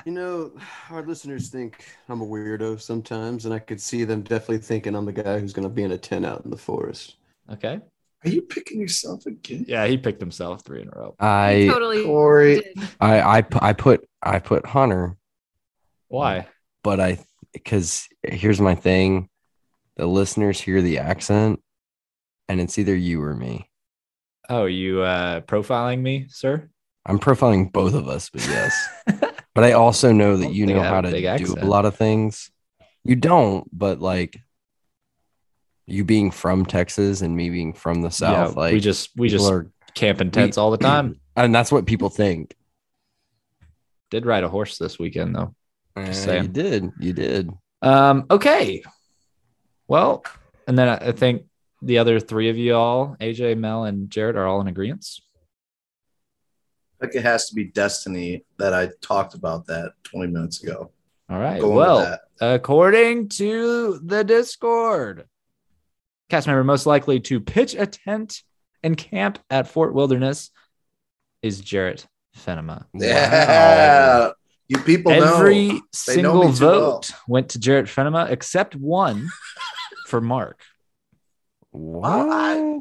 Speaker 7: You know, our listeners think I'm a weirdo sometimes, and I could see them definitely thinking I'm the guy who's going to be in a tent out in the forest.
Speaker 6: Okay.
Speaker 3: Are you picking yourself again?
Speaker 6: Yeah, he picked himself three in a row.
Speaker 1: I
Speaker 5: totally.
Speaker 3: Corey.
Speaker 5: did.
Speaker 1: I I pu- I put I put Hunter,
Speaker 6: Why?
Speaker 1: but I because here's my thing, the listeners hear the accent, and it's either you or me.
Speaker 6: Oh, you uh profiling me, sir?
Speaker 1: I'm profiling both of us, but yes. but I also know that
Speaker 6: don't
Speaker 1: you
Speaker 6: think
Speaker 1: know
Speaker 6: I have
Speaker 1: how
Speaker 6: a
Speaker 1: to
Speaker 6: big
Speaker 1: do
Speaker 6: accent.
Speaker 1: a lot of things. You don't, but like you being from Texas and me being from the South,
Speaker 6: Yeah,
Speaker 1: like
Speaker 6: we just we
Speaker 1: people
Speaker 6: just
Speaker 1: are,
Speaker 6: camp in tents all the time.
Speaker 1: and that's what people think.
Speaker 6: Did ride a horse this weekend though. Just
Speaker 1: Uh, you
Speaker 6: saying.
Speaker 1: did, you did.
Speaker 6: Um, okay. Well, and then I, I think the other three of you all, AJ, Mel, and Jared, are all in agreement.
Speaker 3: Like it has to be destiny that I talked about that 20 minutes ago.
Speaker 6: All right.
Speaker 3: Going with
Speaker 6: well,
Speaker 3: that.
Speaker 6: according to the Discord, cast member most likely to pitch a tent and camp at Fort Wilderness is Jarrett Fenema.
Speaker 3: Yeah. You people
Speaker 6: Every
Speaker 3: know. They know me
Speaker 6: single
Speaker 3: too well.
Speaker 6: vote went to Jarrett Fenema except one for Mark.
Speaker 3: Oh, I-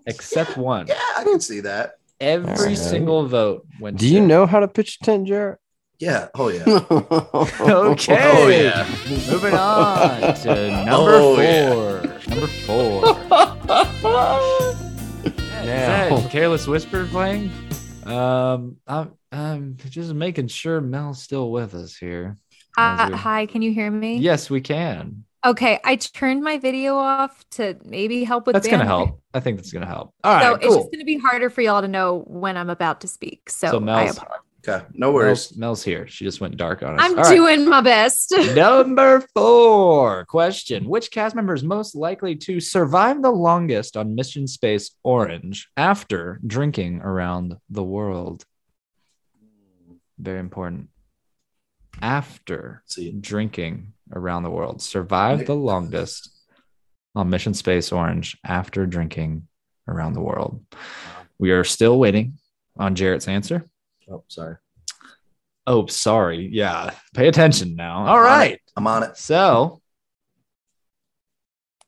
Speaker 6: Except one.
Speaker 3: yeah, I can see that.
Speaker 6: Every
Speaker 1: Alright.
Speaker 6: single vote went.
Speaker 1: Do
Speaker 6: to
Speaker 1: you
Speaker 6: Jarrett.
Speaker 1: know how to pitch a tent, Jarrett?
Speaker 3: Yeah. Oh, yeah.
Speaker 6: Hmm. Okay.
Speaker 3: Oh, yeah.
Speaker 6: Moving on to number
Speaker 3: Oh,
Speaker 6: four.
Speaker 3: yeah.
Speaker 6: Number four. Yeah, is that Careless Whisper playing? Um, I'm, I'm just making sure Mel's still with us here.
Speaker 5: Uh,
Speaker 6: Andrew.
Speaker 5: hi, can you hear me?
Speaker 6: Yes, we can.
Speaker 5: Okay, I turned my video off to maybe help with.
Speaker 6: that's gonna
Speaker 5: bandwidth.
Speaker 6: help. I think that's gonna help. All
Speaker 5: So
Speaker 6: right,
Speaker 5: it's
Speaker 6: cool.
Speaker 5: just gonna be harder for y'all to know when I'm about to speak. So,
Speaker 6: So
Speaker 5: I
Speaker 6: Mel's-
Speaker 5: apologize.
Speaker 3: Okay. No worries.
Speaker 6: Mel's, Mel's here. She just went dark on us.
Speaker 5: I'm
Speaker 6: All right.
Speaker 5: doing my best.
Speaker 6: Number four question Which cast member is most likely to survive the longest on Mission Space Orange after drinking around the world? Very important. After
Speaker 3: See,
Speaker 6: drinking around the world, survive the longest on Mission Space Orange after drinking around the world. We are still waiting on Jarrett's answer.
Speaker 3: oh, sorry.
Speaker 6: Oh, sorry. Yeah. Pay attention now. All right.
Speaker 3: I'm on it.
Speaker 6: So,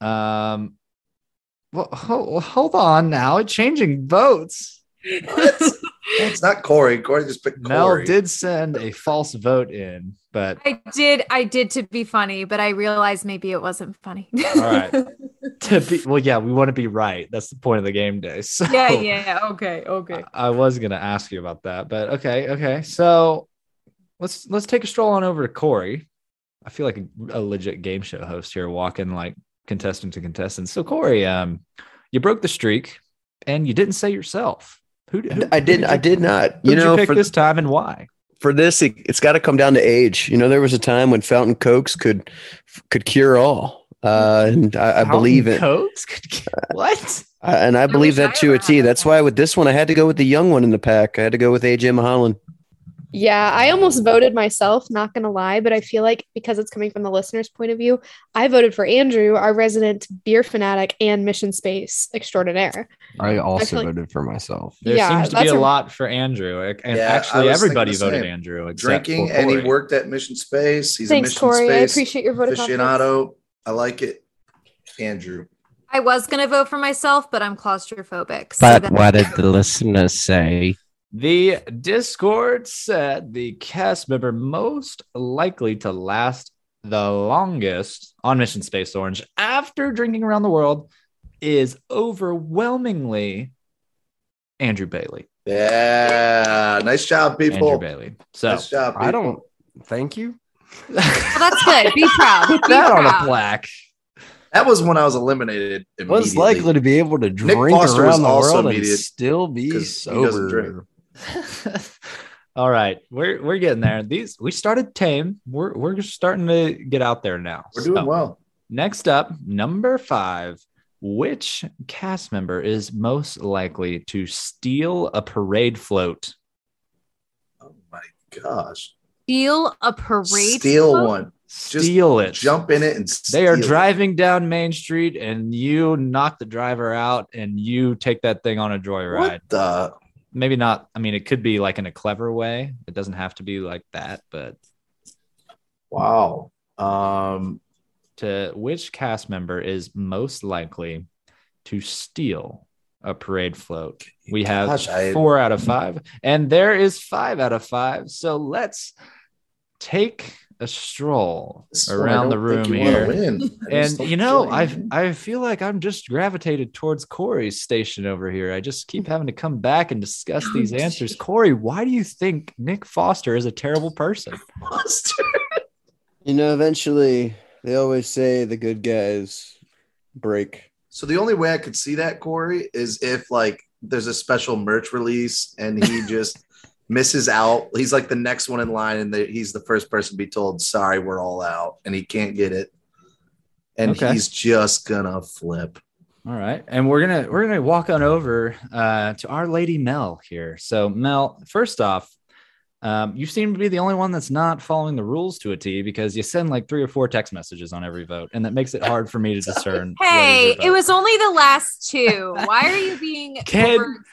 Speaker 6: um, well, ho- hold on now. Changing votes.
Speaker 3: It's not Corey. Corey just picked
Speaker 6: Mel
Speaker 3: Corey.
Speaker 6: did send a false vote in, but
Speaker 5: I did, I did to be funny, but I realized maybe it wasn't funny.
Speaker 6: all right. to be well, yeah, we want to be right. That's the point of the game day. So
Speaker 5: yeah, yeah. Okay, okay.
Speaker 6: I, I was gonna ask you about that, but okay, okay. So let's let's take a stroll on over to Corey. I feel like a, a legit game show host here, walking like contestant to contestant. So Corey, um, you broke the streak, and you didn't say yourself. Who, who
Speaker 7: I
Speaker 6: who
Speaker 7: did.
Speaker 6: you-
Speaker 7: I did not.
Speaker 6: who
Speaker 7: You
Speaker 6: did
Speaker 7: know,
Speaker 6: you pick
Speaker 7: for
Speaker 6: this time and why?
Speaker 7: for this, it, it's got to come down to age. You know, there was a time when fountain cokes could could cure all, uh, and I, I
Speaker 6: Fountain
Speaker 7: believe it.
Speaker 6: Cokes? what?
Speaker 7: I, and I believe
Speaker 5: wish I
Speaker 7: that to a
Speaker 5: ever had
Speaker 7: T.
Speaker 5: that
Speaker 7: That's why with this one, I had to go with the young one in the pack. I had to go with AJ Mahalan.
Speaker 4: Yeah, I almost voted myself, not gonna lie, but I feel like because it's coming from the listener's point of view, I voted for Andrew, our resident beer fanatic and mission space extraordinaire.
Speaker 1: I also
Speaker 4: feel like-
Speaker 1: voted for myself.
Speaker 6: There
Speaker 4: Yeah,
Speaker 6: seems to be
Speaker 4: that's
Speaker 6: a,
Speaker 4: a-
Speaker 6: lot for Andrew, and
Speaker 3: Yeah, I
Speaker 6: actually
Speaker 3: was
Speaker 6: everybody
Speaker 3: thinking the
Speaker 6: voted
Speaker 3: same.
Speaker 6: Andrew. Except
Speaker 3: Drinking,
Speaker 6: for
Speaker 3: and he
Speaker 6: Corey.
Speaker 3: worked at Mission Space. He's a
Speaker 4: Thanks,
Speaker 3: Mission
Speaker 4: Corey. I
Speaker 3: Space
Speaker 4: appreciate your vote. of confidence.
Speaker 3: aficionado. I like it. Andrew.
Speaker 6: Uh,
Speaker 5: I was gonna vote for myself, but I'm claustrophobic. So
Speaker 2: But
Speaker 5: that-
Speaker 2: what did the listeners say?
Speaker 6: The Discord said the cast member most likely to last the longest on Mission Space Orange after drinking around the world is overwhelmingly Andrew Bailey.
Speaker 3: Yeah. Nice job,
Speaker 6: Andrew
Speaker 3: people.
Speaker 6: Bailey. So
Speaker 3: Nice job. People.
Speaker 1: I don't thank you.
Speaker 5: well, that's good. Be proud.
Speaker 6: put
Speaker 5: Be
Speaker 6: that on a
Speaker 5: proud.
Speaker 6: plaque.
Speaker 3: That was when I was eliminated.
Speaker 1: Was
Speaker 3: immediately.
Speaker 1: likely to be able to drink
Speaker 3: Foster was
Speaker 1: around the
Speaker 3: also
Speaker 1: world and
Speaker 3: immediate
Speaker 1: still be
Speaker 3: 'cause he doesn't
Speaker 1: sober.
Speaker 3: drink.
Speaker 6: All right, we're we're getting there. These we started tame. We're we're just starting to get out there now.
Speaker 3: We're doing
Speaker 6: So,
Speaker 3: well.
Speaker 6: Next up, number five. Which cast member is most likely to steal a parade float?
Speaker 3: Oh my gosh.
Speaker 5: Steal a parade.
Speaker 3: Steal
Speaker 5: float?
Speaker 3: one.
Speaker 6: Steal it.
Speaker 3: Jump in it and
Speaker 6: They are
Speaker 3: steal it.
Speaker 6: driving down Main Street and you knock the driver out and you take that thing on a joyride.
Speaker 3: What the?
Speaker 6: Maybe not. I mean, it could be like in a clever way. It doesn't have to be like that, but
Speaker 3: Wow. Um,
Speaker 6: to which cast member is most likely to steal a parade float? We have
Speaker 3: Gosh, I-
Speaker 6: four out of five, and there is five out of five. So let's take a stroll
Speaker 3: this is one I
Speaker 6: around the
Speaker 3: don't think
Speaker 6: room
Speaker 3: you wanna
Speaker 6: here.
Speaker 3: win. I just
Speaker 6: And
Speaker 3: don't
Speaker 6: you know,
Speaker 3: feel
Speaker 6: I
Speaker 3: like you.
Speaker 6: I feel like I'm just gravitated towards Corey's station over here. I just keep having to come back and discuss these answers. Corey, why do you think Nick Foster is a terrible person?
Speaker 3: Monster.
Speaker 7: You know, eventually they always say the good guys break.
Speaker 3: So the only way I could see that Corey is if like there's a special merch release and he just misses out. He's like the next one in line, and the, he's the first person to be told, "Sorry, we're all out," and he can't get it, and
Speaker 6: Okay.
Speaker 3: he's just gonna flip.
Speaker 6: All right, and we're gonna we're gonna walk on over uh, to Our Lady Mel here. So Mel, first off, um, you seem to be the only one that's not following the rules to a T because you send like three or four text messages on every vote, and that makes it hard for me to discern. what is your
Speaker 5: Hey, it
Speaker 6: vote.
Speaker 5: was only the last two. Why are you being
Speaker 6: Ken-
Speaker 5: over-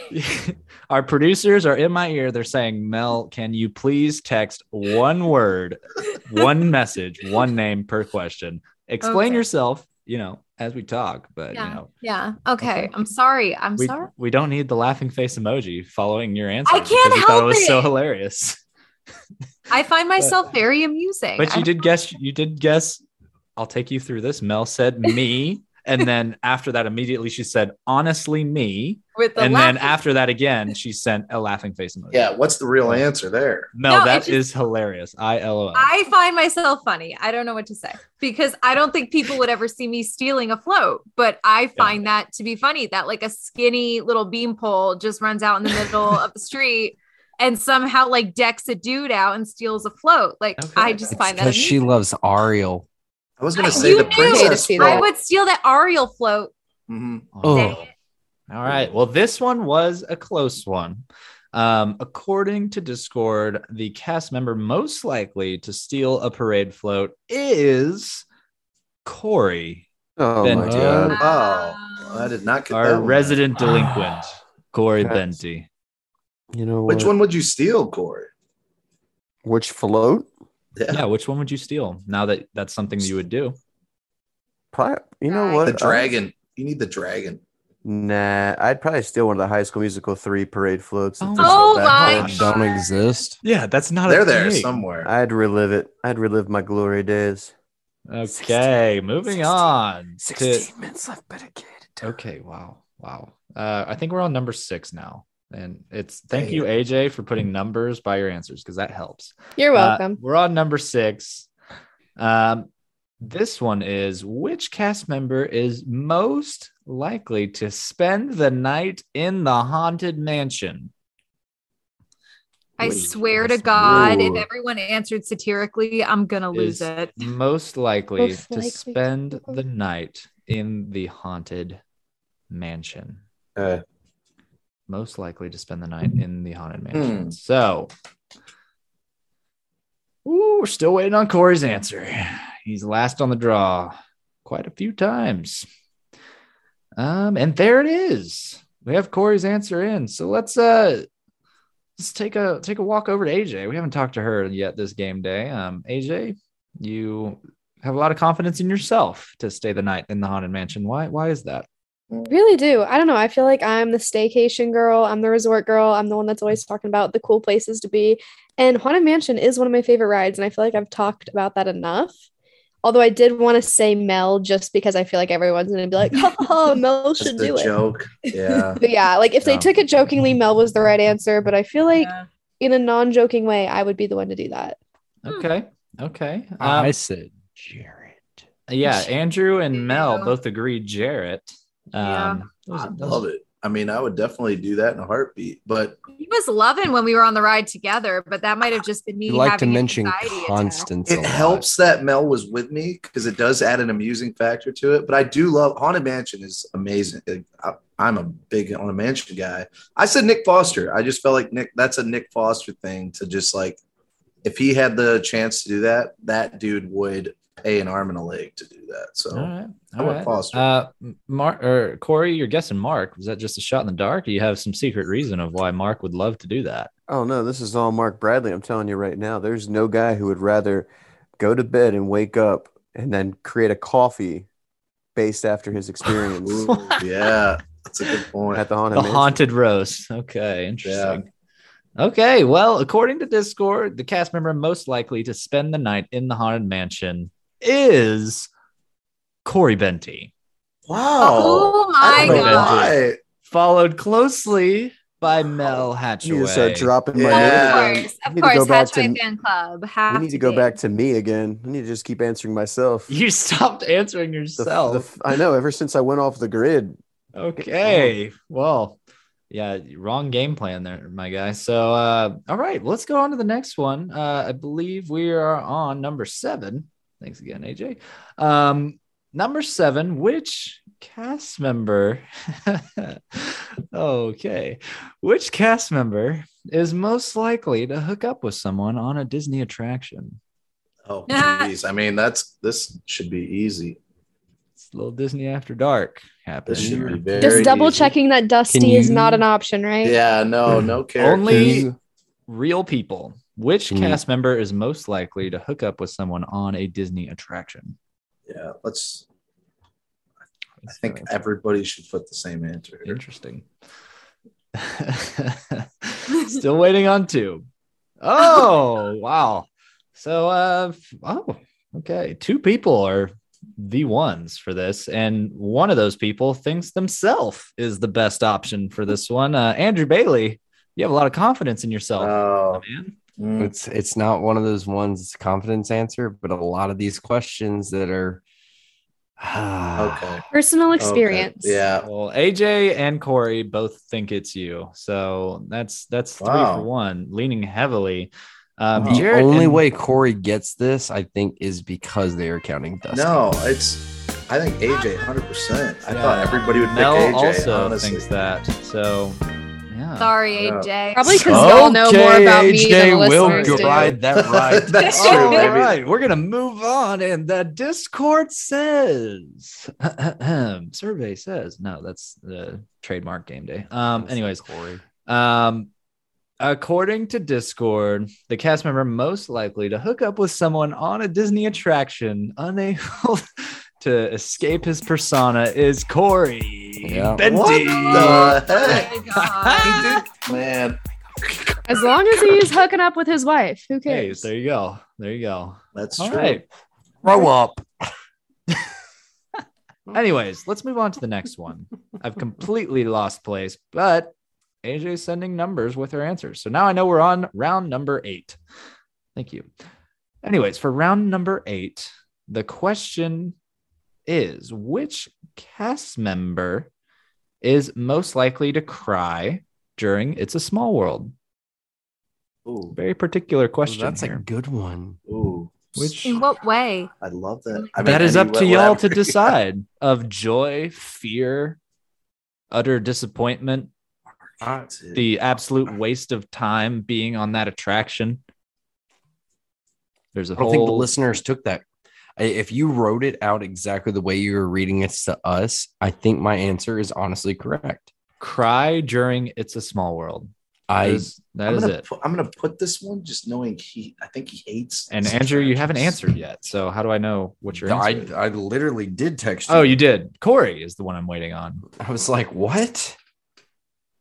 Speaker 6: Our producers are in my ear. They're saying, Mel, can you please text one word, one message, one name per question? Explain
Speaker 5: Okay.
Speaker 6: yourself, you know, as we talk, but you know.
Speaker 5: Yeah. Okay. I'm sorry. I'm
Speaker 6: we,
Speaker 5: sorry.
Speaker 6: we don't need the laughing face emoji following your answer.
Speaker 5: I
Speaker 6: because
Speaker 5: can't
Speaker 6: we thought
Speaker 5: help
Speaker 6: it was so
Speaker 5: it.
Speaker 6: hilarious.
Speaker 5: I find myself very amusing.
Speaker 6: But
Speaker 5: I
Speaker 6: you did guess you did guess I'll take you through this. Mel said me. and then after that, immediately she said, honestly, me.
Speaker 5: with the
Speaker 6: and
Speaker 5: laugh-
Speaker 6: then after that again, she sent a laughing face emoji.
Speaker 3: Yeah, what's the real answer there?
Speaker 6: Mel,
Speaker 5: No, it
Speaker 6: that
Speaker 5: just-
Speaker 6: is hilarious. I LOL.
Speaker 5: I find myself funny. I don't know what to say because I don't think people would ever see me stealing a float, but I find that to be funny that like a skinny little beam pole just runs out in the middle of the street and somehow like decks a dude out and steals a float. Like
Speaker 6: Okay.
Speaker 5: I just find that
Speaker 1: because she
Speaker 5: amusing.
Speaker 1: loves Ariel.
Speaker 3: I was gonna
Speaker 5: I-
Speaker 3: say
Speaker 5: you
Speaker 3: the
Speaker 5: knew
Speaker 3: princess.
Speaker 4: to see
Speaker 5: I
Speaker 3: float.
Speaker 4: that.
Speaker 5: would steal that Ariel float.
Speaker 3: Mhm.
Speaker 5: Dang
Speaker 1: Oh,
Speaker 5: it.
Speaker 6: All right. Well, this one was a close one. Um, according to Discord, the cast member most likely to steal a parade float is Corey,
Speaker 7: Oh
Speaker 6: Then-
Speaker 7: my god.
Speaker 3: Wow.
Speaker 5: Um,
Speaker 3: I did not get that
Speaker 6: our
Speaker 3: one.
Speaker 6: resident delinquent, Corey
Speaker 7: That's-
Speaker 6: Benty.
Speaker 7: You know
Speaker 3: Which
Speaker 7: what?
Speaker 3: one would you steal, Corey?
Speaker 7: Which float?
Speaker 6: Yeah, which one would you steal? Now that that's something you would do.
Speaker 7: Probably, you know
Speaker 5: Right.
Speaker 7: what?
Speaker 3: The dragon. You need the dragon.
Speaker 7: Nah, I'd probably steal one of the High School Musical three parade floats. and
Speaker 6: Oh
Speaker 7: just go
Speaker 5: my
Speaker 7: back
Speaker 5: God.
Speaker 7: home.
Speaker 6: Uh,
Speaker 1: don't exist.
Speaker 6: Yeah, that's not.
Speaker 3: They're there somewhere.
Speaker 7: I'd relive it. I'd relive my glory days.
Speaker 6: Okay, moving on to
Speaker 7: minutes left, but a kid.
Speaker 6: Okay, wow. Wow. Uh, I think we're on number six now. And it's thank you, AJ, for putting numbers by your answers because that helps.
Speaker 4: You're
Speaker 6: Uh,
Speaker 4: welcome.
Speaker 6: we're on number six. Um, this one is which cast member is most likely to spend the night in the haunted mansion?
Speaker 5: I
Speaker 6: Wait,
Speaker 5: swear to
Speaker 6: that's-
Speaker 5: God,
Speaker 7: Ooh.
Speaker 5: if everyone answered satirically, I'm gonna lose
Speaker 6: Is-
Speaker 5: it.
Speaker 6: Most likely
Speaker 4: Most
Speaker 6: to
Speaker 4: likely.
Speaker 6: spend the night in the haunted mansion.
Speaker 3: Uh,
Speaker 6: most likely to spend the night in the haunted mansion.
Speaker 3: Hmm.
Speaker 6: So, ooh, we're still waiting on Corey's answer. He's last on the draw quite a few times. Um, and there it is. We have Corey's answer in. So let's uh let's take a take a walk over to AJ. We haven't talked to her yet this game day. Um, AJ, you have a lot of confidence in yourself to stay the night in the haunted mansion. Why why is that?
Speaker 3: Mm.
Speaker 4: Really do. I don't know. I feel like I'm the staycation girl. I'm the resort girl. I'm the one that's always talking about the cool places to be. And Haunted Mansion is one of my favorite rides. And I feel like I've talked about that enough. Although I did want to say Mel just because I feel like everyone's going to be like, oh, Mel
Speaker 3: just
Speaker 4: should
Speaker 3: a
Speaker 4: do it.
Speaker 3: joke. Yeah.
Speaker 4: But yeah, like if they
Speaker 3: Yeah.
Speaker 4: took it jokingly, Mel was the right answer. But I feel like
Speaker 5: Yeah.
Speaker 4: in a non joking way, I would be the one to do that.
Speaker 5: Hmm.
Speaker 6: Okay. Okay. Um,
Speaker 1: I said Jared.
Speaker 6: Yeah, Andrew and Mel
Speaker 5: Yeah.
Speaker 6: both agreed Jarrett. Um,
Speaker 5: Yeah.
Speaker 3: I love it. I mean, I would definitely do that in a heartbeat, but
Speaker 5: He was loving when we were on the ride together, but that might have just been me.
Speaker 1: You like to
Speaker 5: having an
Speaker 1: mention
Speaker 5: anxiety attack.
Speaker 1: Constance. a
Speaker 3: it
Speaker 1: lot.
Speaker 3: helps that Mel was with me because it does add an amusing factor to it. But I do love Haunted Mansion is amazing. Like, I, I'm a big Haunted Mansion guy. I said Nick Foster. I just felt like Nick. That's a Nick Foster thing to just like If he had the chance to do that, that dude would pay an arm and a leg to do that. So
Speaker 6: All right.
Speaker 3: I
Speaker 6: All
Speaker 3: went
Speaker 6: right.
Speaker 3: Foster.
Speaker 6: Uh, Mark or Corey, you're guessing Mark. Was that just a shot in the dark? Or you have some secret reason of why Mark would love to do that?
Speaker 7: Oh no, this is all Mark Bradley. I'm telling you right now, there's no guy who would rather go to bed and wake up and then create a coffee based after his experience
Speaker 3: Ooh, yeah, that's a good point.
Speaker 7: at the haunted.
Speaker 6: The
Speaker 7: Mansion.
Speaker 6: haunted roast. Okay, interesting. Okay, well, according to Discord, the cast member most likely to spend the night in the haunted mansion is Corey Benty,
Speaker 4: Oh
Speaker 3: Wow.
Speaker 5: Oh my
Speaker 3: I don't know
Speaker 6: God.
Speaker 3: why.
Speaker 6: followed closely by Mel
Speaker 7: I need to
Speaker 6: Hatchaway.
Speaker 7: start uh, dropping my
Speaker 3: Yeah.
Speaker 7: name.
Speaker 5: Of course,
Speaker 7: I
Speaker 5: of
Speaker 7: need to go
Speaker 5: course,
Speaker 7: back
Speaker 5: Hatchway
Speaker 7: to-
Speaker 5: Fan Club.
Speaker 7: We
Speaker 5: Have
Speaker 7: need to
Speaker 5: to
Speaker 7: go
Speaker 5: be.
Speaker 7: back to me again. I need to just keep answering myself.
Speaker 6: you stopped answering
Speaker 7: The- the-
Speaker 6: yourself.
Speaker 7: I know. Ever since I went off the grid,
Speaker 6: Okay. Well, yeah, wrong game plan there, my guy. So, uh, all right, let's go on to the next one. Uh, I believe we are on number seven. Thanks again, AJ. Um, number seven, which cast member? okay. Which cast member is most likely to hook up with someone on a Disney attraction?
Speaker 3: Oh, geez. I mean, that's this should be easy.
Speaker 6: It's a little Disney After Dark happening.
Speaker 3: This should be
Speaker 6: here.
Speaker 3: very
Speaker 4: Just double
Speaker 3: easy.
Speaker 4: checking that Dusty is
Speaker 1: you-
Speaker 4: not an option, right?
Speaker 3: Yeah, no, no characters.
Speaker 6: Only real people. Which
Speaker 1: Mm.
Speaker 6: cast member is most likely to hook up with someone on a Disney attraction?
Speaker 3: yeah. Let's. I think everybody should put the same answer. here.
Speaker 6: interesting. Still waiting on two. Oh wow! So uh f- oh okay, two people are the ones for this, and one of those people thinks themselves is the best option for this one. Uh, Andrew Bailey, you have a lot of confidence in yourself,
Speaker 3: Oh,
Speaker 6: man.
Speaker 3: mm,
Speaker 1: It's it's not one of those ones it's a confidence answer, but a lot of these questions that are
Speaker 3: okay.
Speaker 4: Personal experience.
Speaker 3: Okay. Yeah.
Speaker 6: Well, AJ and Corey both think it's you, so that's that's three
Speaker 3: Wow.
Speaker 6: for one, leaning heavily. Um,
Speaker 3: Wow.
Speaker 1: the
Speaker 6: Jared
Speaker 1: only
Speaker 6: and-
Speaker 1: way Corey gets this, I think, is because they are counting Dusty.
Speaker 3: No, it's. I think AJ, hundred percent. I
Speaker 6: Yeah.
Speaker 3: thought everybody would
Speaker 6: Mel
Speaker 3: pick AJ.
Speaker 6: also
Speaker 3: honestly.
Speaker 6: thinks that. So, yeah.
Speaker 5: Sorry,
Speaker 3: Yeah.
Speaker 5: AJ.
Speaker 4: Probably because they'll know more about me than the listeners
Speaker 1: will
Speaker 4: do.
Speaker 1: ride that ride.
Speaker 3: That's
Speaker 5: true,
Speaker 6: All
Speaker 3: baby.
Speaker 6: right, we're gonna move on, and the Discord says, survey says, no, that's the trademark game day. Um, anyways,
Speaker 1: Corey.
Speaker 6: Um, according to Discord, the cast member most likely to hook up with someone on a Disney attraction, unable to escape his persona, is Corey
Speaker 1: Yeah.
Speaker 6: Benty.
Speaker 3: What the heck?
Speaker 5: Oh my God.
Speaker 3: Man,
Speaker 4: As long as he's hooking up with his wife, who
Speaker 6: Hey,
Speaker 4: cares?
Speaker 6: there you go. There you go.
Speaker 3: that's
Speaker 6: All
Speaker 3: true.
Speaker 6: right.
Speaker 1: Grow up.
Speaker 6: Anyways, let's move on to the next one. I've completely lost place, but AJ is sending numbers with her answers. So now I know we're on round number eight. Thank you. Anyways, for round number eight, the question is which cast member is most likely to cry during It's a Small World?
Speaker 3: Ooh,
Speaker 6: Very particular question.
Speaker 1: that's
Speaker 6: here.
Speaker 1: a good one.
Speaker 3: ooh.
Speaker 6: Which-
Speaker 5: In what way?
Speaker 3: I love that. I
Speaker 5: That
Speaker 6: that is
Speaker 3: any
Speaker 6: up to y'all to
Speaker 3: whatever.
Speaker 6: decide of joy, fear, utter disappointment,
Speaker 3: Uh,
Speaker 6: the absolute waste of time being on that attraction. There's a
Speaker 1: I don't
Speaker 6: whole
Speaker 1: think the listeners took that. I- If you wrote it out exactly the way you were reading it to us, I think my answer is honestly correct.
Speaker 6: cry during "It's a Small World." That
Speaker 1: I
Speaker 6: is- that
Speaker 3: I'm
Speaker 6: is
Speaker 3: gonna,
Speaker 6: it.
Speaker 3: Put, I'm gonna put this one just knowing he. I think he hates.
Speaker 6: And
Speaker 3: these
Speaker 6: Andrew, you
Speaker 3: attractions.
Speaker 6: haven't answered yet. So how do I know what your answer?
Speaker 1: I,
Speaker 6: is?
Speaker 1: I literally did text you.
Speaker 6: Oh, you did. Corey is the one I'm waiting on.
Speaker 1: I was like, what?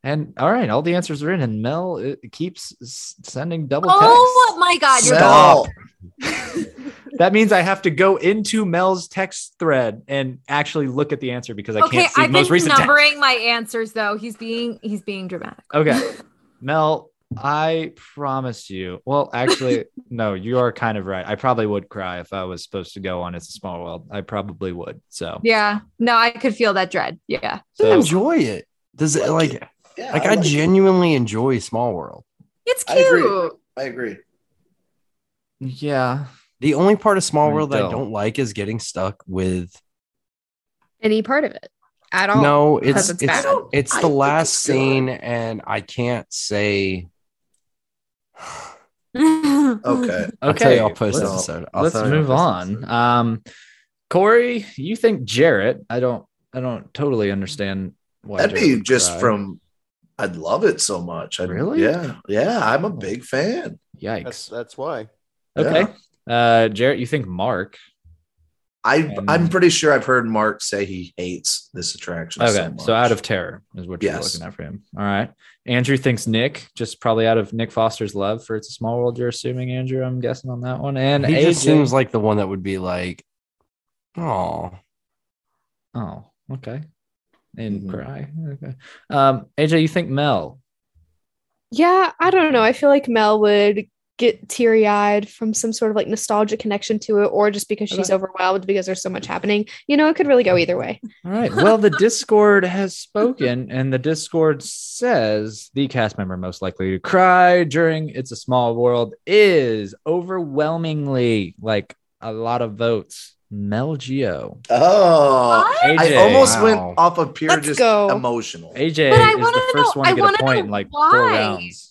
Speaker 6: And all right, all the answers are in, and Mel uh, keeps s- sending double texts.
Speaker 5: Oh my God! You're
Speaker 3: Stop.
Speaker 6: that means I have to go into Mel's text thread and actually look at the answer because I
Speaker 5: okay.
Speaker 6: can't see
Speaker 5: I've
Speaker 6: the most
Speaker 5: been
Speaker 6: recent text.
Speaker 5: numbering my answers though. He's being he's being dramatic.
Speaker 6: Okay. Mel, I promise you. Well, actually, no, you are kind of right. I probably would cry if I was supposed to go on It's a Small World. I probably would. So,
Speaker 5: Yeah. No, I could feel that dread. Yeah.
Speaker 1: I
Speaker 6: so
Speaker 1: enjoy it. Does it like
Speaker 3: Yeah,
Speaker 1: like I genuinely enjoy Small World.
Speaker 5: It's
Speaker 3: I agree.
Speaker 5: cute.
Speaker 3: I agree.
Speaker 6: yeah.
Speaker 1: The only part of Small
Speaker 6: I
Speaker 1: World that I
Speaker 6: don't.
Speaker 1: don't like is getting stuck with
Speaker 4: Any part of it at all?
Speaker 1: no,
Speaker 4: because
Speaker 1: it's it's
Speaker 4: it's
Speaker 1: it's,
Speaker 4: bad.
Speaker 3: I
Speaker 1: the
Speaker 3: think
Speaker 1: last
Speaker 3: it's good.
Speaker 1: scene, and I can't say
Speaker 3: Okay.
Speaker 1: I'll tell
Speaker 6: Okay,
Speaker 1: you, I'll post
Speaker 6: let's-
Speaker 1: this episode. I'll
Speaker 6: Let's
Speaker 1: tell you, I'll
Speaker 6: move
Speaker 1: post this
Speaker 6: on.
Speaker 1: episode.
Speaker 6: Um, Corey, you think Jarrett? I don't. I don't totally understand why.
Speaker 3: That'd
Speaker 6: Jarrett
Speaker 3: be
Speaker 6: would
Speaker 3: just
Speaker 6: cry.
Speaker 3: from. I'd love it so much. I'd,
Speaker 6: Really? Oh.
Speaker 3: Yeah, yeah. I'm a big fan.
Speaker 7: That's
Speaker 6: Yikes.
Speaker 7: that's why.
Speaker 6: Okay. Uh, Jarrett, you think Mark?
Speaker 3: I
Speaker 6: And-
Speaker 3: I'm pretty sure I've heard Mark say he hates this attraction.
Speaker 6: Okay,
Speaker 3: much.
Speaker 6: so out of terror is what you're
Speaker 3: Yes.
Speaker 6: looking at for him. All right. Andrew thinks Nick, just probably out of Nick Foster's love for It's a Small World. You're assuming Andrew. I'm guessing on that one. And
Speaker 1: he
Speaker 6: AJ,
Speaker 1: just seems like the one that would be like, oh,
Speaker 6: oh, okay, and
Speaker 3: Mhm.
Speaker 6: cry. Okay. Um, AJ, you think Mel?
Speaker 4: Yeah, I don't know. I feel like Mel would get teary eyed from some sort of like nostalgia connection to it, or just because she's
Speaker 6: Okay.
Speaker 4: overwhelmed because there's so much happening. You know, it could really go either way.
Speaker 6: All right. Well, the Discord has spoken, and the Discord says the cast member most likely to cry during It's a Small World is overwhelmingly like a lot of votes. Mel Geo.
Speaker 3: Oh,
Speaker 5: What?
Speaker 3: I
Speaker 6: AJ.
Speaker 3: almost
Speaker 1: Wow.
Speaker 3: went off of pure
Speaker 4: Let's
Speaker 3: just
Speaker 4: go.
Speaker 3: emotional.
Speaker 6: AJ
Speaker 5: But I
Speaker 6: is
Speaker 5: wanna
Speaker 6: the first
Speaker 5: know-
Speaker 6: one to
Speaker 5: I
Speaker 6: get
Speaker 5: wanna
Speaker 6: a point
Speaker 5: know
Speaker 6: in like four
Speaker 5: why.
Speaker 6: rounds.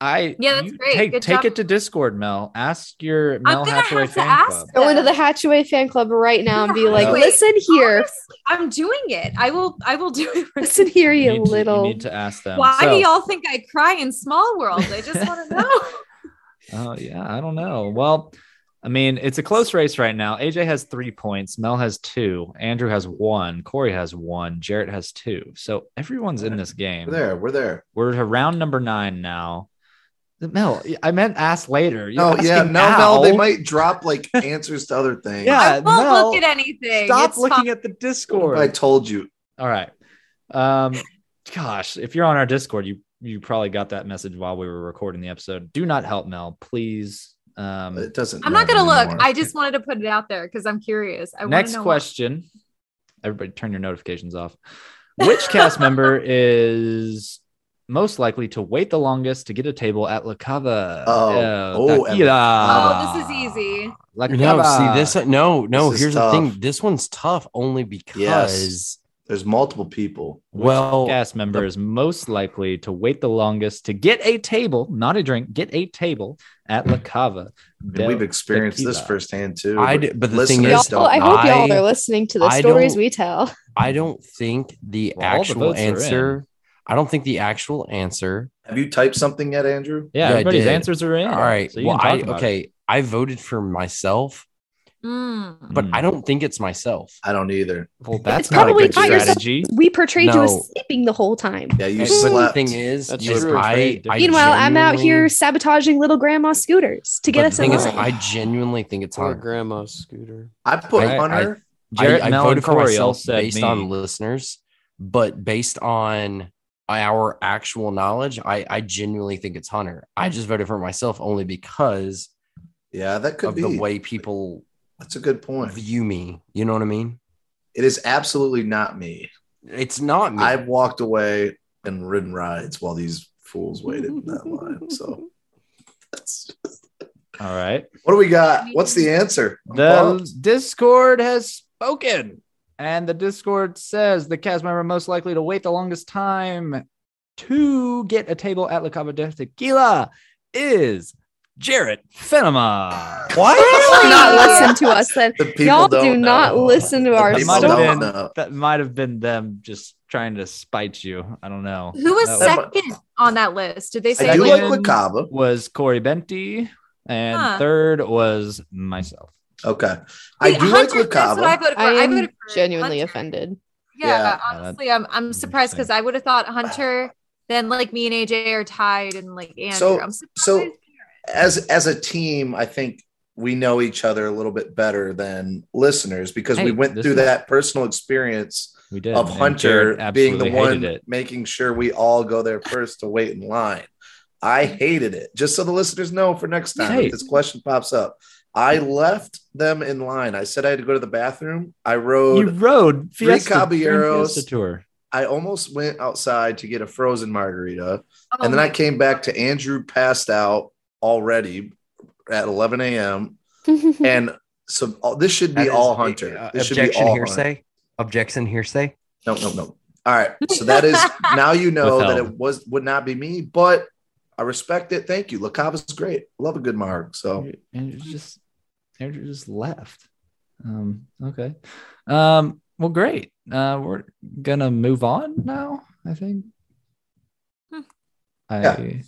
Speaker 6: I
Speaker 5: Yeah, that's
Speaker 6: you
Speaker 5: great.
Speaker 6: Take
Speaker 5: Good
Speaker 6: take
Speaker 5: job.
Speaker 6: it to Discord, Mel. Ask your Mel
Speaker 5: gonna
Speaker 6: Hathaway
Speaker 5: have to
Speaker 6: fan
Speaker 5: ask
Speaker 6: club.
Speaker 4: Go into the
Speaker 5: Yeah.
Speaker 4: Hatchaway fan club right now and be
Speaker 5: Yeah.
Speaker 4: like,
Speaker 5: Wait,
Speaker 4: listen here,
Speaker 5: Honestly, I'm doing it. I will. I will do it. for
Speaker 4: listen
Speaker 5: you.
Speaker 4: here,
Speaker 6: You
Speaker 4: you,
Speaker 6: need, to, you
Speaker 4: little.
Speaker 6: need to ask them.
Speaker 5: Why
Speaker 6: So-
Speaker 5: do y'all think I cry in Small World? I just want to know.
Speaker 6: Oh yeah, I don't know. Well, I mean, it's a close race right now. AJ has three points, Mel has two, Andrew has one, Corey has one, Jarrett has two. So everyone's in this game.
Speaker 3: We're there. We're there.
Speaker 6: We're to round number nine now. Mel, I meant ask later. You're
Speaker 3: No, Oh, yeah,
Speaker 6: asking
Speaker 3: no, no. They
Speaker 6: now.
Speaker 3: might drop like answers to other things.
Speaker 6: Yeah,
Speaker 5: I won't
Speaker 6: no.
Speaker 5: look at anything.
Speaker 6: Stop
Speaker 5: It's
Speaker 6: looking
Speaker 5: fine.
Speaker 6: at the
Speaker 3: What have I
Speaker 6: Discord.
Speaker 3: told you.
Speaker 6: All right. Um, gosh, if you're on our Discord, you you probably got that message while we were recording the episode. Do not help Mel, please. Um,
Speaker 3: It doesn't.
Speaker 5: I'm not
Speaker 3: matter
Speaker 5: gonna look.
Speaker 3: anymore.
Speaker 5: I just wanted to put it out there because I'm curious. I wanna
Speaker 6: next
Speaker 5: know why.
Speaker 6: question. Everybody, turn your notifications off. Which cast member is most likely to wait the longest to get a table at La Cava?
Speaker 3: Oh.
Speaker 6: El
Speaker 3: Oh, El
Speaker 6: Tequila.
Speaker 5: Oh,
Speaker 3: Uh,
Speaker 5: this is easy.
Speaker 6: La
Speaker 1: no,
Speaker 6: Cava.
Speaker 1: see this. No, no.
Speaker 3: This is
Speaker 1: here's
Speaker 3: tough.
Speaker 1: the thing. This one's tough only because.
Speaker 3: There's multiple people.
Speaker 1: Well,
Speaker 6: cast member is most likely to wait the longest to get a table, not a drink, get a table at La Cava.
Speaker 3: And we've experienced this
Speaker 6: tequila.
Speaker 3: firsthand too.
Speaker 1: I d- but the thing
Speaker 3: listeners
Speaker 1: is-
Speaker 3: don't
Speaker 4: Y'all, I hope
Speaker 1: I-
Speaker 4: y'all are listening to the
Speaker 1: I
Speaker 4: stories
Speaker 1: don't-
Speaker 4: we tell.
Speaker 1: I don't think the
Speaker 6: Well, all the
Speaker 1: actual
Speaker 6: votes are in.
Speaker 1: answer. I don't think the actual answer.
Speaker 3: Have you typed something yet, Andrew?
Speaker 6: Yeah,
Speaker 1: Yeah, I
Speaker 6: everybody's
Speaker 1: did.
Speaker 6: answers are in.
Speaker 1: All right.
Speaker 6: So you
Speaker 1: well,
Speaker 6: can talk
Speaker 1: I
Speaker 6: about it.
Speaker 1: okay. I voted for myself,
Speaker 5: Mm.
Speaker 1: but
Speaker 6: Hmm.
Speaker 1: I don't think it's myself.
Speaker 3: I don't either.
Speaker 6: Well, that's
Speaker 4: It's
Speaker 6: not a
Speaker 4: probably
Speaker 6: good
Speaker 4: not yourself.
Speaker 6: strategy.
Speaker 4: We portrayed you
Speaker 1: No.
Speaker 4: as sleeping the whole time.
Speaker 3: Yeah, you
Speaker 1: And
Speaker 3: slept.
Speaker 1: The thing is,
Speaker 7: That's
Speaker 1: is
Speaker 7: true.
Speaker 1: I, I
Speaker 4: Meanwhile, I'm out here
Speaker 1: genuinely-
Speaker 4: sabotaging little grandma scooters to get
Speaker 1: but
Speaker 4: us
Speaker 1: the
Speaker 4: in
Speaker 1: thing is,
Speaker 4: line.
Speaker 1: I genuinely think it's
Speaker 7: Poor
Speaker 1: hard.
Speaker 7: grandma's scooter.
Speaker 3: I put
Speaker 1: I-
Speaker 3: Hunter.
Speaker 6: Jarrett,
Speaker 1: I, I
Speaker 6: Mel,
Speaker 1: voted
Speaker 6: and
Speaker 1: for
Speaker 6: Corey all
Speaker 1: myself
Speaker 6: said
Speaker 1: based
Speaker 6: me.
Speaker 1: on listeners, but based on our actual knowledge, I, I genuinely think it's Hunter. I just voted for myself only because
Speaker 3: yeah, that could
Speaker 1: of
Speaker 3: be.
Speaker 1: the way people
Speaker 3: That's a good point.
Speaker 1: view me. You know what I mean?
Speaker 3: It is absolutely not me.
Speaker 1: It's not me.
Speaker 3: I've walked away and ridden rides while these fools waited in that line. So that's
Speaker 6: All right.
Speaker 3: what do we got? What's the answer? I'm
Speaker 6: The
Speaker 3: pumped.
Speaker 6: Discord has spoken, and the Discord says the cast member most likely to wait the longest time to get a table at La Cava de Tequila is Jarrett Fenema.
Speaker 4: Y'all do not
Speaker 5: Really?
Speaker 4: listen to us then.
Speaker 3: The people
Speaker 4: Y'all
Speaker 3: don't
Speaker 4: do
Speaker 3: know.
Speaker 4: not listen to
Speaker 3: The
Speaker 4: our
Speaker 3: people
Speaker 6: might have
Speaker 4: stories.
Speaker 3: don't
Speaker 6: been,
Speaker 3: know.
Speaker 6: that might have been them just trying to spite you. I don't know.
Speaker 5: Who was
Speaker 6: That
Speaker 3: was-
Speaker 5: second on that list? Did they say
Speaker 3: I do like
Speaker 5: like-
Speaker 6: Second.
Speaker 3: Lacava.
Speaker 6: was Corey Benty, and
Speaker 5: Huh.
Speaker 6: third was myself.
Speaker 3: Okay. I
Speaker 5: Dude,
Speaker 3: do like
Speaker 5: Hunter, that's what I
Speaker 3: Lacava.
Speaker 5: voted for.
Speaker 4: I
Speaker 5: I
Speaker 4: am
Speaker 5: voted for
Speaker 4: genuinely
Speaker 5: Hunter.
Speaker 4: offended.
Speaker 5: Yeah,
Speaker 3: Yeah.
Speaker 5: honestly, I'm I'm surprised because I would have thought Hunter, then like me and AJ are tied, and like Andrew.
Speaker 3: So-
Speaker 5: I'm surprised.
Speaker 3: so- As as a team, I think we know each other a little bit better than listeners because
Speaker 6: Hey,
Speaker 3: we went
Speaker 6: this
Speaker 3: through
Speaker 6: is-
Speaker 3: that personal experience
Speaker 6: We did.
Speaker 3: of
Speaker 6: and Jarrett
Speaker 3: Hunter being the
Speaker 6: absolutely
Speaker 3: one
Speaker 6: hated it.
Speaker 3: making sure we all go there first to wait in line. I hated it. Just so the listeners know for next time
Speaker 6: Hey.
Speaker 3: if this question pops up. I left them in line. I said I had to go to the bathroom. I
Speaker 6: You
Speaker 3: rode.
Speaker 6: rode
Speaker 3: Three
Speaker 6: Fiesta,
Speaker 3: Caballeros.
Speaker 6: Fiesta tour.
Speaker 3: I almost went outside to get a frozen margarita.
Speaker 5: Oh
Speaker 3: and then
Speaker 5: my
Speaker 3: I came back to Andrew passed out already at 11 a.m. And so all, this should be
Speaker 1: That is
Speaker 3: all
Speaker 1: a-
Speaker 3: Hunter.
Speaker 1: uh,
Speaker 3: this should be
Speaker 1: objection
Speaker 3: all
Speaker 1: hearsay. Objection hearsay.
Speaker 3: Hunter. No, no, no. All right. So that is now you know that
Speaker 6: Withheld.
Speaker 3: it was would not be me, but I respect it. Thank you. LaCava's great. Love a good marg. So
Speaker 6: Andrew- Andrew just Andrew just left. Um, okay. Um, well, great. Uh, we're gonna move on now. I think.
Speaker 5: Hmm.
Speaker 6: I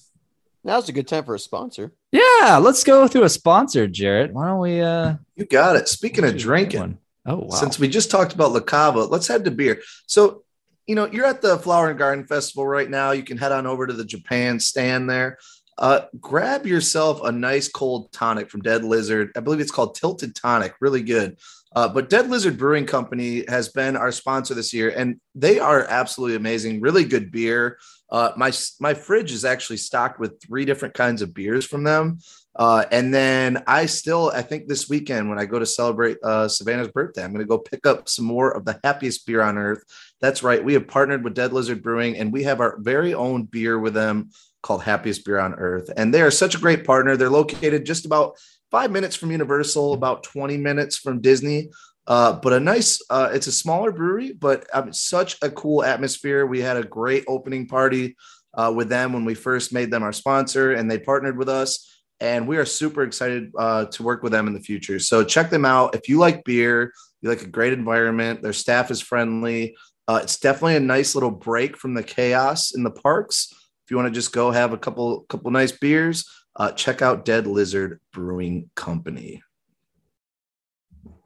Speaker 7: Now's a good time for a sponsor.
Speaker 6: yeah. Let's go through a sponsor, Jarrett. Why don't we? Uh,
Speaker 3: you got it. Speaking
Speaker 6: let's
Speaker 3: of
Speaker 6: do that
Speaker 3: drinking,
Speaker 6: one. Oh wow.
Speaker 3: since we just talked about La Cava, let's head to beer. So, you know, you're at the Flower and Garden Festival right now. You can head on over to the Japan stand there. Uh, grab yourself a nice cold tonic from Dead Lizard. I believe it's called Tilted Tonic. Really good. Uh, but Dead Lizard Brewing Company has been our sponsor this year, and they are absolutely amazing. Really good beer. Uh, my my fridge is actually stocked with three different kinds of beers from them. Uh, and then I still, I think this weekend when I go to celebrate uh, Savannah's birthday, I'm going to go pick up some more of the happiest beer on earth. That's right. We have partnered with Dead Lizard Brewing and we have our very own beer with them called Happiest Beer on Earth. And they are such a great partner. They're located just about five minutes from Universal, about 20 minutes from Disney. Uh, but a nice, uh, it's a smaller brewery, but um, such a cool atmosphere. We had a great opening party uh, with them when we first made them our sponsor and they partnered with us and we are super excited uh, to work with them in the future. So check them out if you like beer, you like a great environment. Their staff is friendly. Uh, it's definitely a nice little break from the chaos in the parks. If you want to just go have a couple couple nice beers, uh, check out Dead Lizard Brewing Company.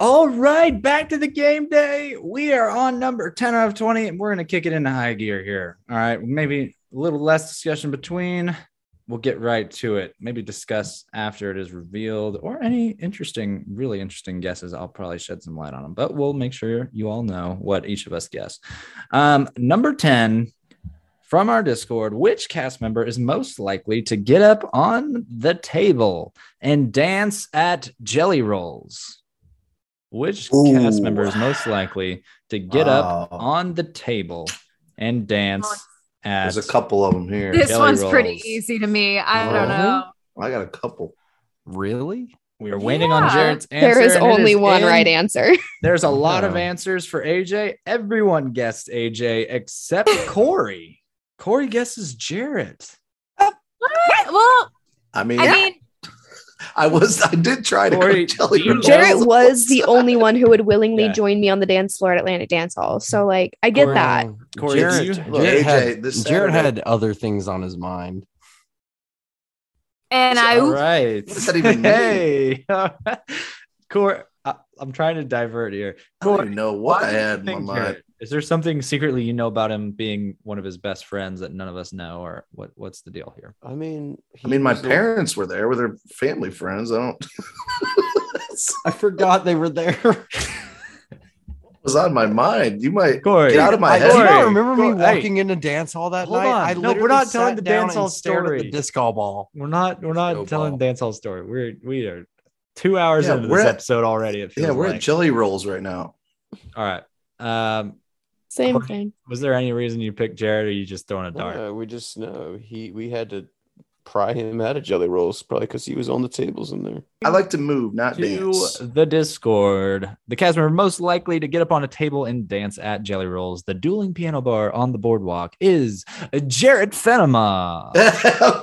Speaker 6: All right, back to the game day. We are on number 10 out of 20, and we're going to kick it into high gear here. All right, maybe a little less discussion between. We'll get right to it. Maybe discuss after it is revealed or any interesting, really interesting guesses. I'll probably shed some light on them, but we'll make sure you all know what each of us guessed. Um, number 10 from our Discord which cast member is most likely to get up on the table and dance at Jelly Rolls? Which cast
Speaker 3: Ooh.
Speaker 6: member is most likely to get up
Speaker 3: Wow.
Speaker 6: on the table and dance at
Speaker 3: There's a couple of them here.
Speaker 5: This
Speaker 6: Jelly
Speaker 5: one's pretty
Speaker 6: rolls.
Speaker 5: easy to me. I don't
Speaker 3: Really?
Speaker 5: know.
Speaker 3: I got a couple.
Speaker 1: Really?
Speaker 6: We are waiting on
Speaker 5: Yeah.
Speaker 6: Jared's answer.
Speaker 4: there is
Speaker 6: and it
Speaker 4: only one
Speaker 6: in.
Speaker 4: right answer.
Speaker 6: There's a lot of
Speaker 1: Wow.
Speaker 6: answers for AJ. Everyone guessed AJ except Corey. Corey guesses Jarrett.
Speaker 5: What? Well,
Speaker 3: I mean,
Speaker 5: I
Speaker 3: I,
Speaker 5: mean,
Speaker 3: was, I did try to
Speaker 6: Corey,
Speaker 3: go jelly
Speaker 6: you
Speaker 3: rolls.
Speaker 4: Jarrett was the only one who would willingly
Speaker 6: Yeah.
Speaker 4: join me on the dance floor at Atlantic Dance Hall. So like I get that.
Speaker 6: Corey,
Speaker 1: Jared,
Speaker 6: you-
Speaker 3: Look,
Speaker 1: Jared
Speaker 3: AJ,
Speaker 1: had,
Speaker 3: this
Speaker 1: Jared had
Speaker 3: Saturday-
Speaker 1: other things on his mind.
Speaker 5: and I
Speaker 6: All right.
Speaker 3: What does that even mean?
Speaker 6: Hey, all right. Corey, I, am trying to divert here.
Speaker 3: I don't
Speaker 6: Corey,
Speaker 3: even know what
Speaker 6: why
Speaker 3: I
Speaker 6: do you
Speaker 3: had in my
Speaker 6: think
Speaker 3: mind.
Speaker 6: Jarrett- Is there something secretly you know about him being one of his best friends that none of us know, or what? What's the deal here?
Speaker 7: I mean,
Speaker 3: I mean, my
Speaker 7: he's the-
Speaker 3: parents were there with their family friends. I don't. That's
Speaker 1: I forgot they were there.
Speaker 3: what was on my mind. You might.
Speaker 6: Corey,
Speaker 3: Get out of my
Speaker 1: I,
Speaker 3: head.
Speaker 1: do you not
Speaker 6: Corey,
Speaker 1: remember me
Speaker 6: Corey, hey,
Speaker 1: walking in a dance hall that
Speaker 6: Hold
Speaker 1: night?
Speaker 6: on.
Speaker 1: I
Speaker 6: No, we're
Speaker 1: literally
Speaker 6: not telling
Speaker 1: sat
Speaker 6: the
Speaker 1: down
Speaker 6: dance
Speaker 1: and
Speaker 6: hall
Speaker 1: stared at
Speaker 6: story.
Speaker 1: the disc golf ball.
Speaker 6: We're not. We're not
Speaker 1: Snowball.
Speaker 6: telling dance hall story. We're we are two hours
Speaker 3: Yeah,
Speaker 6: into
Speaker 3: we're
Speaker 6: this
Speaker 3: at-
Speaker 6: episode already. It feels
Speaker 3: Yeah, we're
Speaker 6: like.
Speaker 3: at jelly rolls right now.
Speaker 6: All right. Um,
Speaker 4: Same
Speaker 6: Corey.
Speaker 4: thing.
Speaker 6: was there any reason you picked Jared, or you just throwing a dart?
Speaker 7: No, we just know he. We had to pry him out of jelly rolls, probably because he was on the tables in there.
Speaker 3: I like to move, not
Speaker 6: to
Speaker 3: dance.
Speaker 6: the Discord. The cast member most likely to get up on a table and dance at Jelly Rolls, the dueling piano bar on the boardwalk, is Jared Fenema.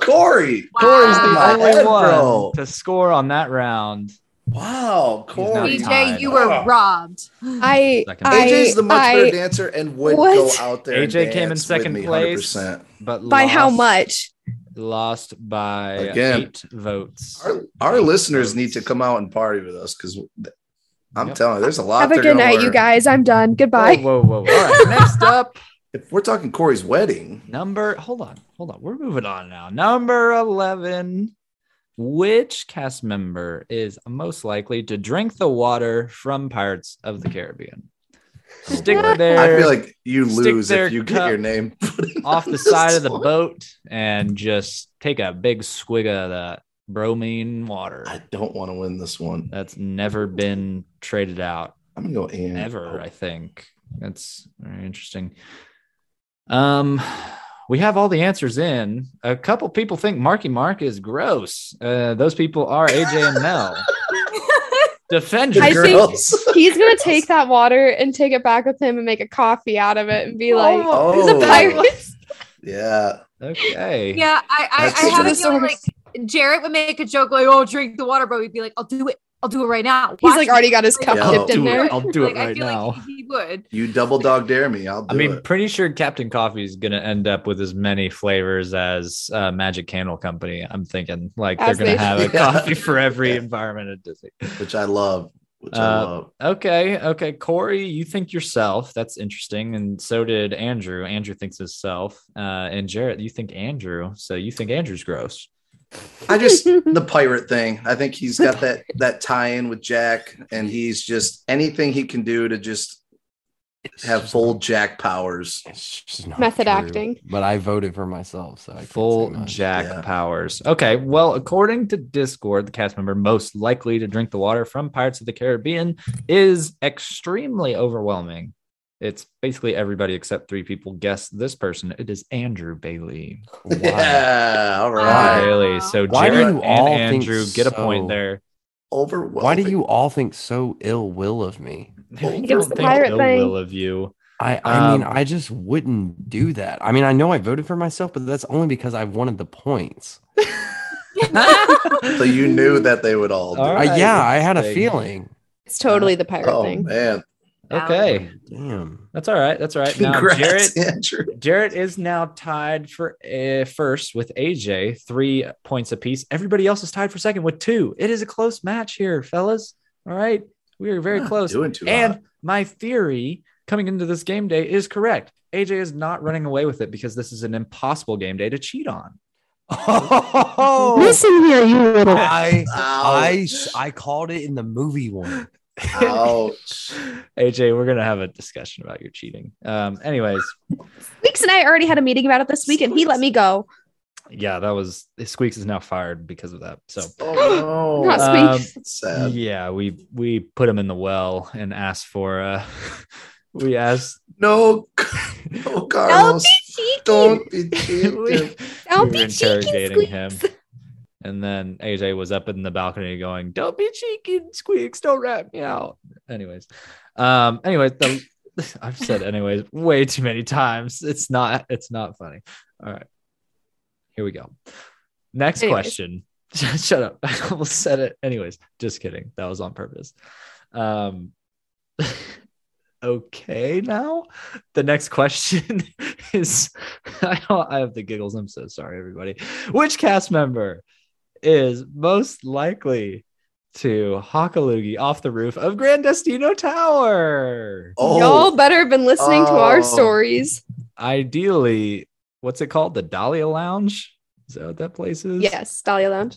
Speaker 3: Corey.
Speaker 5: Wow.
Speaker 3: Corey's the
Speaker 5: My
Speaker 6: the only
Speaker 3: only
Speaker 6: one
Speaker 3: Bro.
Speaker 6: to score on that round.
Speaker 3: Wow, Corey.
Speaker 6: He's not tied.
Speaker 5: EJ, you were
Speaker 3: Oh.
Speaker 5: robbed.
Speaker 4: I
Speaker 6: Second.
Speaker 4: I,
Speaker 3: AJ's the much
Speaker 4: I,
Speaker 3: better dancer and would
Speaker 4: What?
Speaker 3: go out there.
Speaker 6: AJ
Speaker 3: and
Speaker 6: came in
Speaker 3: dance with
Speaker 6: second
Speaker 3: me
Speaker 6: place.
Speaker 3: 100%.
Speaker 6: But
Speaker 4: by how
Speaker 6: lost-
Speaker 4: much?
Speaker 6: Lost by
Speaker 3: Again.
Speaker 6: eight votes.
Speaker 3: Our, our listeners need to come out and party with us because I'm
Speaker 6: Yep.
Speaker 3: telling you, there's a lot.
Speaker 4: Have a
Speaker 3: they're
Speaker 4: good
Speaker 3: gonna
Speaker 4: night,
Speaker 3: learn.
Speaker 4: you guys. I'm done.
Speaker 6: Whoa,
Speaker 4: Goodbye.
Speaker 3: Oh,
Speaker 6: whoa, whoa! whoa. All right, next up,
Speaker 3: If we're talking Corey's wedding,
Speaker 6: number. Hold on, hold on. We're moving on now. Number eleven. Which cast member is most likely to drink the water from Pirates of the Caribbean? Stick there.
Speaker 3: I feel like you
Speaker 6: Stick
Speaker 3: lose
Speaker 6: their
Speaker 3: if you
Speaker 6: cup
Speaker 3: get your name put in
Speaker 6: off the
Speaker 3: this
Speaker 6: side of the
Speaker 3: one.
Speaker 6: boat and just take a big swig of that bromine water
Speaker 3: I don't want to win this one.
Speaker 6: that's never been traded out
Speaker 3: I'm gonna go Oh, and
Speaker 6: ever i think that's very interesting um we have all the answers in a couple people think marky mark is gross uh those people are aj and mel defend
Speaker 4: I
Speaker 6: yourself.
Speaker 4: think- He's gonna take that water and take it back with him and make a coffee out of it and be like,
Speaker 3: Oh,
Speaker 4: "He's a pirate."
Speaker 3: Yeah.
Speaker 6: Okay.
Speaker 5: Yeah, I I,
Speaker 3: That's
Speaker 5: I have a
Speaker 4: the
Speaker 5: feeling
Speaker 4: source.
Speaker 5: like Jarrett would make a joke like, "Oh, drink the water," but we'd be like, "I'll do it. I'll do it right now."
Speaker 4: He's
Speaker 5: Watch
Speaker 4: like
Speaker 5: me."
Speaker 4: already got his cup
Speaker 3: Yeah, I'll
Speaker 4: dipped in
Speaker 6: do it.
Speaker 4: there.
Speaker 6: I'll do it
Speaker 5: Like, I
Speaker 6: right
Speaker 5: feel
Speaker 6: now.
Speaker 5: like he- he would.
Speaker 3: You double dog dare me. I'll do
Speaker 6: I mean,
Speaker 3: it.
Speaker 6: pretty sure Captain Coffee is gonna end up with as many flavors as uh, Magic Candle Company. I'm thinking like
Speaker 4: As
Speaker 6: they're
Speaker 4: they
Speaker 6: gonna have a
Speaker 3: should.
Speaker 6: coffee for every
Speaker 3: Yeah.
Speaker 6: environment at Disney.
Speaker 3: Which I love. Which I
Speaker 6: Uh,
Speaker 3: love.
Speaker 6: Okay, okay, Corey, you think yourself. That's interesting, and so did Andrew. Andrew thinks himself, uh, and Jarrett, you think Andrew. So you think Andrew's gross.
Speaker 3: I just the pirate thing. I think he's got that that tie-in with Jack, and he's just anything he can do to just
Speaker 1: It's
Speaker 3: have
Speaker 1: just-
Speaker 3: full Jack powers.
Speaker 1: it's just not
Speaker 4: Method
Speaker 1: true.
Speaker 4: acting.
Speaker 1: But I voted for myself, so I can't say
Speaker 6: Full
Speaker 1: much.
Speaker 6: Jack
Speaker 3: Yeah.
Speaker 6: powers. Okay, well, according to Discord, the cast member most likely to drink the water from Pirates of the Caribbean is extremely overwhelming. It's basically everybody except three people guess this person. It is Andrew Bailey.
Speaker 1: Why?
Speaker 3: Yeah, all
Speaker 6: Wow.
Speaker 3: right.
Speaker 5: Wow.
Speaker 6: Bailey. So
Speaker 1: Why do
Speaker 6: Jared
Speaker 1: you
Speaker 6: and
Speaker 1: all think
Speaker 6: Andrew get a
Speaker 1: so?
Speaker 6: point there.
Speaker 3: Overwhelming.
Speaker 1: Why do you all think so ill will of me?
Speaker 6: I
Speaker 4: It's
Speaker 6: don't
Speaker 4: the
Speaker 6: think
Speaker 4: pirate
Speaker 6: ill
Speaker 4: thing.
Speaker 6: will of you.
Speaker 1: I, I mean,
Speaker 6: Um,
Speaker 1: I just wouldn't do that. I mean, I know I voted for myself, but that's only because I wanted the points.
Speaker 3: So you knew that they would all. Do.
Speaker 6: All
Speaker 1: I,
Speaker 6: right,
Speaker 1: yeah, I had a
Speaker 6: interesting.
Speaker 1: feeling.
Speaker 4: It's totally the pirate
Speaker 3: Oh
Speaker 4: thing.
Speaker 3: man!
Speaker 6: Okay,
Speaker 1: Damn.
Speaker 6: that's all right. That's all right. Now
Speaker 3: Congrats,
Speaker 6: Jarrett
Speaker 3: Andrew.
Speaker 6: Jarrett is now tied for uh, first with AJ, three points apiece. Everybody else is tied for second with two. It is a close match here, fellas. All right. We are very
Speaker 3: Not
Speaker 6: close.
Speaker 3: Doing too
Speaker 6: And
Speaker 3: hot.
Speaker 6: my theory coming into this game day is correct. AJ is not running away with it because this is an impossible game day to cheat on.
Speaker 1: Oh,
Speaker 4: here, you little.
Speaker 1: I, I,
Speaker 3: Ouch.
Speaker 1: I called it in the movie one.
Speaker 3: Ouch.
Speaker 6: AJ, we're going to have a discussion about your cheating. Um, anyways,
Speaker 4: Weeks and I already had a meeting about it this week, and he let me go.
Speaker 6: yeah, that was Squeaks is now fired because of that. So,
Speaker 3: Oh no!
Speaker 4: Not
Speaker 6: Uh,
Speaker 4: Squeak.
Speaker 3: That's sad.
Speaker 6: Yeah, we we put him in the well and asked for uh we asked
Speaker 3: No, no, Carlos. Don't be
Speaker 6: we,
Speaker 3: cheeky.
Speaker 4: Don't
Speaker 6: we
Speaker 4: be
Speaker 6: were
Speaker 4: cheeky,
Speaker 6: interrogating him.
Speaker 4: Squeaks.
Speaker 6: And then AJ was up in the balcony going, Don't be cheeky, squeaks, don't rat me out. Anyways. Um, anyways, the, I've said anyways way too many times. It's not it's not funny. All right. Here we go. Next
Speaker 4: Anyways.
Speaker 6: question. Shut up. I almost said it. Anyways, just kidding. That was on purpose. Um okay now the next question is I don't I have the giggles. I'm so sorry, everybody. Which cast member is most likely to hock a loogie off the roof of Grandestino Tower?
Speaker 4: Y'all better have been listening to our
Speaker 3: Oh.
Speaker 4: stories.
Speaker 6: Ideally, what's it called? The Dahlia Lounge? Is that what that place is?
Speaker 4: Yes, Dahlia Lounge.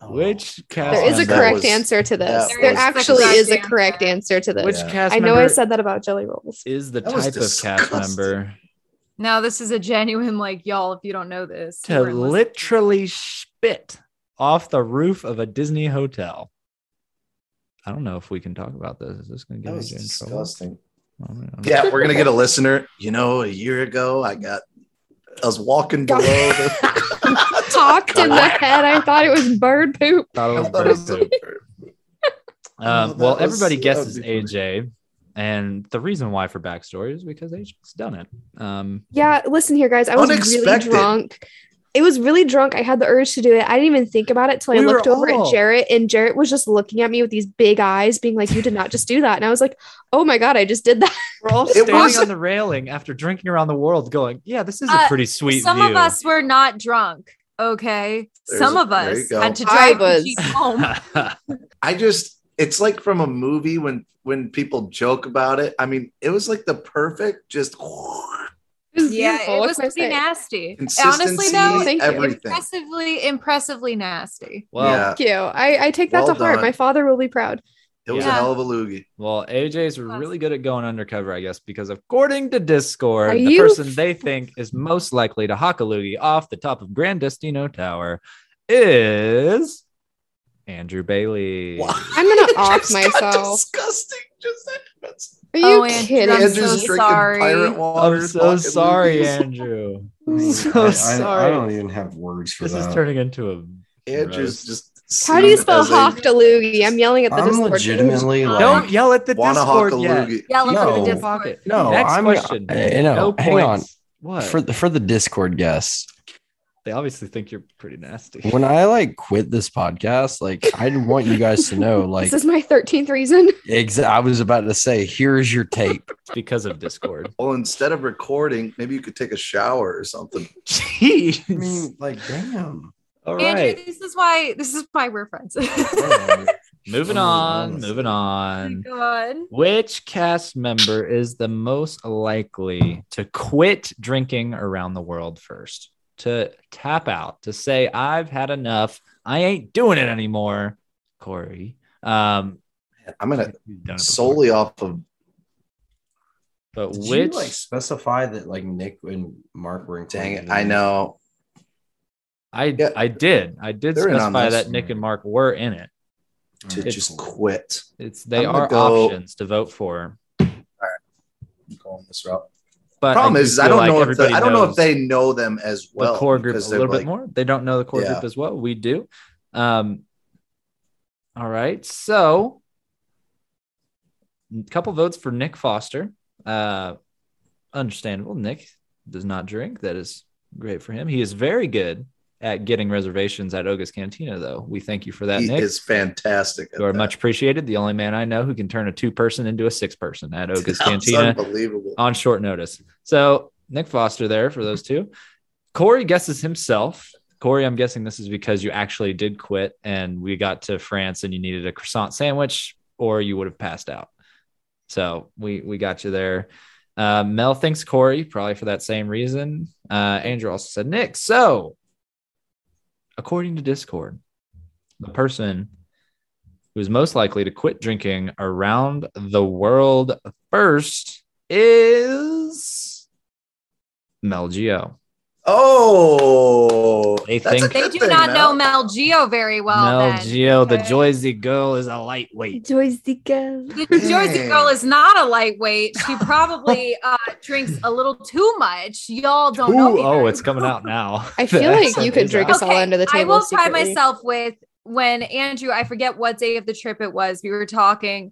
Speaker 3: Oh.
Speaker 6: Which cast
Speaker 4: There is a
Speaker 3: That
Speaker 6: member-
Speaker 4: correct
Speaker 3: was-
Speaker 4: answer to this.
Speaker 3: that
Speaker 4: There
Speaker 3: was
Speaker 4: actually
Speaker 5: disgusting.
Speaker 4: is a correct answer to this.
Speaker 6: Which
Speaker 3: Yeah.
Speaker 6: cast
Speaker 4: I know
Speaker 6: member
Speaker 4: I said that about jelly rolls.
Speaker 6: is the
Speaker 3: That was
Speaker 6: type of cast
Speaker 3: disgusting.
Speaker 6: member
Speaker 5: Now this is a genuine like y'all. If you don't know this, you
Speaker 6: to
Speaker 5: weren't listening.
Speaker 6: literally spit off the roof of a Disney hotel? I don't know if we can talk about this. Is this going to
Speaker 3: That
Speaker 6: get us
Speaker 3: was
Speaker 6: in trouble?
Speaker 3: disgusting.
Speaker 6: I don't know.
Speaker 3: Yeah, we're gonna get a listener. You know, a year ago, I got. I was walking below. The-
Speaker 4: Popped in the head. I thought it was bird poop.
Speaker 3: I thought it was a-
Speaker 6: Um,
Speaker 3: that
Speaker 6: Uh, well,
Speaker 3: was-
Speaker 6: everybody
Speaker 3: that would
Speaker 6: guesses
Speaker 3: be funny.
Speaker 6: AJ, and the reason why for backstory is because AJ's done it. Um,
Speaker 4: Yeah, listen here, guys. I was
Speaker 3: Unexpected.
Speaker 4: really drunk. It was really drunk. I had the urge to do it. I didn't even think about it till
Speaker 6: We
Speaker 4: I
Speaker 6: were
Speaker 4: looked over
Speaker 6: all-
Speaker 4: at Jarrett, and Jarrett was just looking at me with these big eyes, being like, "You did not just do that." And I was like, "Oh my god, I just did that."
Speaker 6: we're all
Speaker 3: It
Speaker 6: standing
Speaker 3: was-
Speaker 6: on the railing after drinking around the world, going, "Yeah, this is a
Speaker 5: Uh,
Speaker 6: pretty sweet
Speaker 5: Some
Speaker 6: view."
Speaker 5: of us were not drunk. Okay,
Speaker 3: There's
Speaker 5: some
Speaker 3: a-
Speaker 5: of
Speaker 3: there you
Speaker 5: us
Speaker 3: go.
Speaker 5: had to
Speaker 4: I
Speaker 5: drive the
Speaker 4: was.
Speaker 5: Jeep home.
Speaker 3: I just it's like from a movie when when people joke about it. I mean, it was like the perfect just
Speaker 4: It was
Speaker 5: yeah,
Speaker 4: beautiful.
Speaker 5: it
Speaker 4: What
Speaker 5: was
Speaker 4: can I
Speaker 5: pretty
Speaker 4: say?
Speaker 5: nasty. Honestly,
Speaker 3: consistency,
Speaker 5: though,
Speaker 4: thank you.
Speaker 3: everything.
Speaker 5: impressively, impressively nasty.
Speaker 6: well,
Speaker 3: yeah,
Speaker 4: Thank you. I, I take that
Speaker 3: Well
Speaker 4: to heart.
Speaker 3: done.
Speaker 4: My father will be proud.
Speaker 3: it was a
Speaker 5: Yeah.
Speaker 3: hell of a loogie.
Speaker 6: well, AJ's really good at going undercover, I guess, because according to Discord,
Speaker 4: Are
Speaker 6: the
Speaker 4: you-
Speaker 6: person they think is most likely to hock a loogie off the top of Grandestino Tower is Andrew Bailey.
Speaker 4: I'm gonna
Speaker 3: It
Speaker 4: off
Speaker 3: just got
Speaker 4: myself.
Speaker 3: Disgusting. Just that. that's-
Speaker 4: Are you
Speaker 5: Oh, Andrew,
Speaker 4: kidding?
Speaker 5: I'm
Speaker 3: Andrew's
Speaker 5: so
Speaker 3: drinking
Speaker 5: sorry.
Speaker 3: pirate water.
Speaker 6: I'm so
Speaker 3: fucking
Speaker 6: sorry,
Speaker 3: loogies.
Speaker 6: Andrew. I'm
Speaker 4: Mm.
Speaker 6: so sorry.
Speaker 1: even have words
Speaker 6: this is turning into a.
Speaker 3: Andrew's just.
Speaker 4: How do you
Speaker 3: seen
Speaker 4: spell
Speaker 3: as a-
Speaker 4: Hockaloogie? I'm yelling at the
Speaker 1: I'm
Speaker 4: Discord.
Speaker 1: legitimately like,
Speaker 6: Don't yell at the
Speaker 3: Wanna
Speaker 6: Discord
Speaker 3: hock a
Speaker 6: yet.
Speaker 3: loogie.
Speaker 5: Yelling
Speaker 1: No.
Speaker 5: for the
Speaker 6: Pocket.
Speaker 5: Discord.
Speaker 1: no,
Speaker 6: Next
Speaker 1: I'm,
Speaker 6: question.
Speaker 1: I, I know.
Speaker 6: No
Speaker 1: Hang on.
Speaker 6: points. What?
Speaker 1: for the, for the Discord guests.
Speaker 6: they obviously think you're pretty nasty.
Speaker 1: When I like quit this podcast, like I didn't want you guys to know, like
Speaker 4: this is my 13th reason.
Speaker 1: exa- I was about to say, here's your tape.
Speaker 6: It's because of Discord.
Speaker 3: Well, instead of recording, maybe you could take a shower or something.
Speaker 6: Jeez.
Speaker 1: I mean, like, damn.
Speaker 6: All
Speaker 5: Andrew,
Speaker 6: right.
Speaker 5: this is why this is why we're friends.
Speaker 6: Moving
Speaker 1: Oh,
Speaker 6: on. Moving on.
Speaker 5: God.
Speaker 6: Which cast member is the most likely to quit drinking around the world first? To tap out, to say, I've had enough. I ain't doing it anymore. Corey. Um,
Speaker 3: I'm
Speaker 1: Uh,
Speaker 3: gonna
Speaker 6: you've done it before.
Speaker 3: solely off of
Speaker 6: But
Speaker 1: Did
Speaker 6: which
Speaker 1: you like specify that like Nick and Mark were in
Speaker 3: dang it.
Speaker 1: quarantine?
Speaker 3: I know.
Speaker 6: I
Speaker 3: Yeah.
Speaker 6: I did I did
Speaker 3: They're in on
Speaker 6: specify
Speaker 3: this.
Speaker 6: that Nick and Mark were in it.
Speaker 3: To
Speaker 1: Alright.
Speaker 3: just quit.
Speaker 6: It's they
Speaker 3: I'm gonna
Speaker 6: are
Speaker 3: go-
Speaker 6: options to vote for.
Speaker 3: I'm going this route.
Speaker 6: But
Speaker 3: Problem
Speaker 6: do
Speaker 3: is, I
Speaker 6: feel
Speaker 3: don't
Speaker 6: like
Speaker 3: know if the,
Speaker 6: everybody
Speaker 3: I don't know
Speaker 6: knows
Speaker 3: if they know them as
Speaker 6: the
Speaker 3: well.
Speaker 6: core group a
Speaker 3: because they're
Speaker 6: little bit
Speaker 3: like-
Speaker 6: more. They don't know the core
Speaker 3: Yeah.
Speaker 6: group as well. We do. Um. All right, so a couple votes for Nick Foster. Uh, understandable. Nick does not drink. That is great for him. He is very good at getting reservations at Oga's Cantina, though. We thank you for that,
Speaker 3: He
Speaker 6: Nick.
Speaker 3: is fantastic. at
Speaker 6: you are
Speaker 3: that.
Speaker 6: much appreciated. The only man I know who can turn a two person into a six person at Oga's
Speaker 3: That was
Speaker 6: Cantina
Speaker 3: Unbelievable.
Speaker 6: on short notice. So Nick Foster there for those two. Corey guesses himself. Corey, I'm guessing this is because you actually did quit and we got to France and you needed a croissant sandwich or you would have passed out. So we we got you there. Uh, Mel thinks Corey probably for that same reason. Uh, Andrew also said Nick. So according to Discord, the person who's most likely to quit drinking around the world first is Mel Geo.
Speaker 3: Oh,
Speaker 6: They
Speaker 3: that's a
Speaker 6: think-
Speaker 5: They
Speaker 3: good
Speaker 5: do
Speaker 3: thing,
Speaker 5: not
Speaker 3: Mel.
Speaker 5: know Mel Geo very well.
Speaker 6: Mel
Speaker 5: then.
Speaker 6: Geo, the
Speaker 5: Okay.
Speaker 6: Joyzy girl, is a lightweight.
Speaker 5: The Jersey
Speaker 3: Dang.
Speaker 5: girl is not a lightweight. She probably uh, drinks a little too much. Y'all don't
Speaker 6: Ooh,
Speaker 5: know. me
Speaker 6: oh,
Speaker 5: very
Speaker 6: it's coming out now.
Speaker 4: I feel
Speaker 6: The
Speaker 4: like
Speaker 6: accent
Speaker 4: you could
Speaker 6: is
Speaker 4: drink
Speaker 6: out.
Speaker 4: us all under the
Speaker 5: I
Speaker 4: table
Speaker 5: will tie
Speaker 4: secretly.
Speaker 5: myself with when Andrew, I forget what day of the trip it was, we were talking,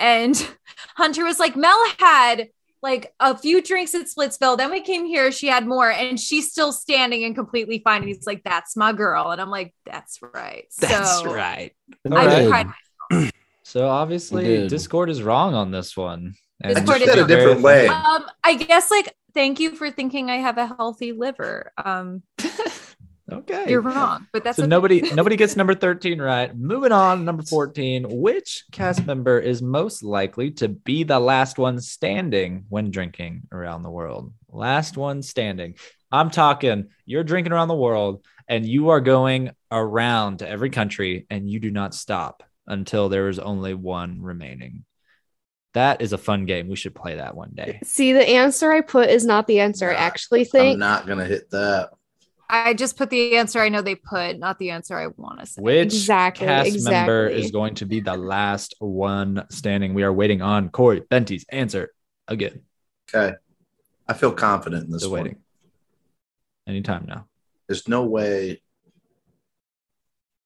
Speaker 5: and Hunter was like, Mel had like a few drinks at Splitsville. Then we came here, she had more, and she's still standing and completely fine. And he's like, That's my girl. And I'm like, That's right.
Speaker 6: That's
Speaker 5: so
Speaker 6: right.
Speaker 5: I
Speaker 6: Alright.
Speaker 5: cried.
Speaker 6: So obviously,
Speaker 1: Dude.
Speaker 6: Discord is wrong on this one. And
Speaker 3: I
Speaker 5: Discord
Speaker 3: took
Speaker 5: is
Speaker 3: that a
Speaker 5: not very
Speaker 3: different way.
Speaker 5: Um, I guess like thank you for thinking I have a healthy liver. Um,
Speaker 6: Okay,
Speaker 5: you're wrong, but that's
Speaker 6: so
Speaker 5: okay.
Speaker 6: nobody nobody gets number 13 right moving on number 14 which cast member is most likely to be the last one standing when drinking around the world last one standing i'm talking you're drinking around the world and you are going around to every country and you do not stop until there is only one remaining that is a fun game we should play that one day
Speaker 4: See, the answer I put is not the answer I
Speaker 3: Nah,
Speaker 4: actually
Speaker 3: I'm
Speaker 4: think.
Speaker 3: not gonna hit that.
Speaker 5: I just put the answer I know they put, not the answer I want to say.
Speaker 6: Which
Speaker 4: Exactly,
Speaker 6: cast member
Speaker 4: exactly.
Speaker 6: is going to be the last one standing? We are waiting on Corey Benty's answer again.
Speaker 3: Okay, I feel confident in this
Speaker 6: Still
Speaker 3: one.
Speaker 6: waiting. Anytime now.
Speaker 3: There's no way.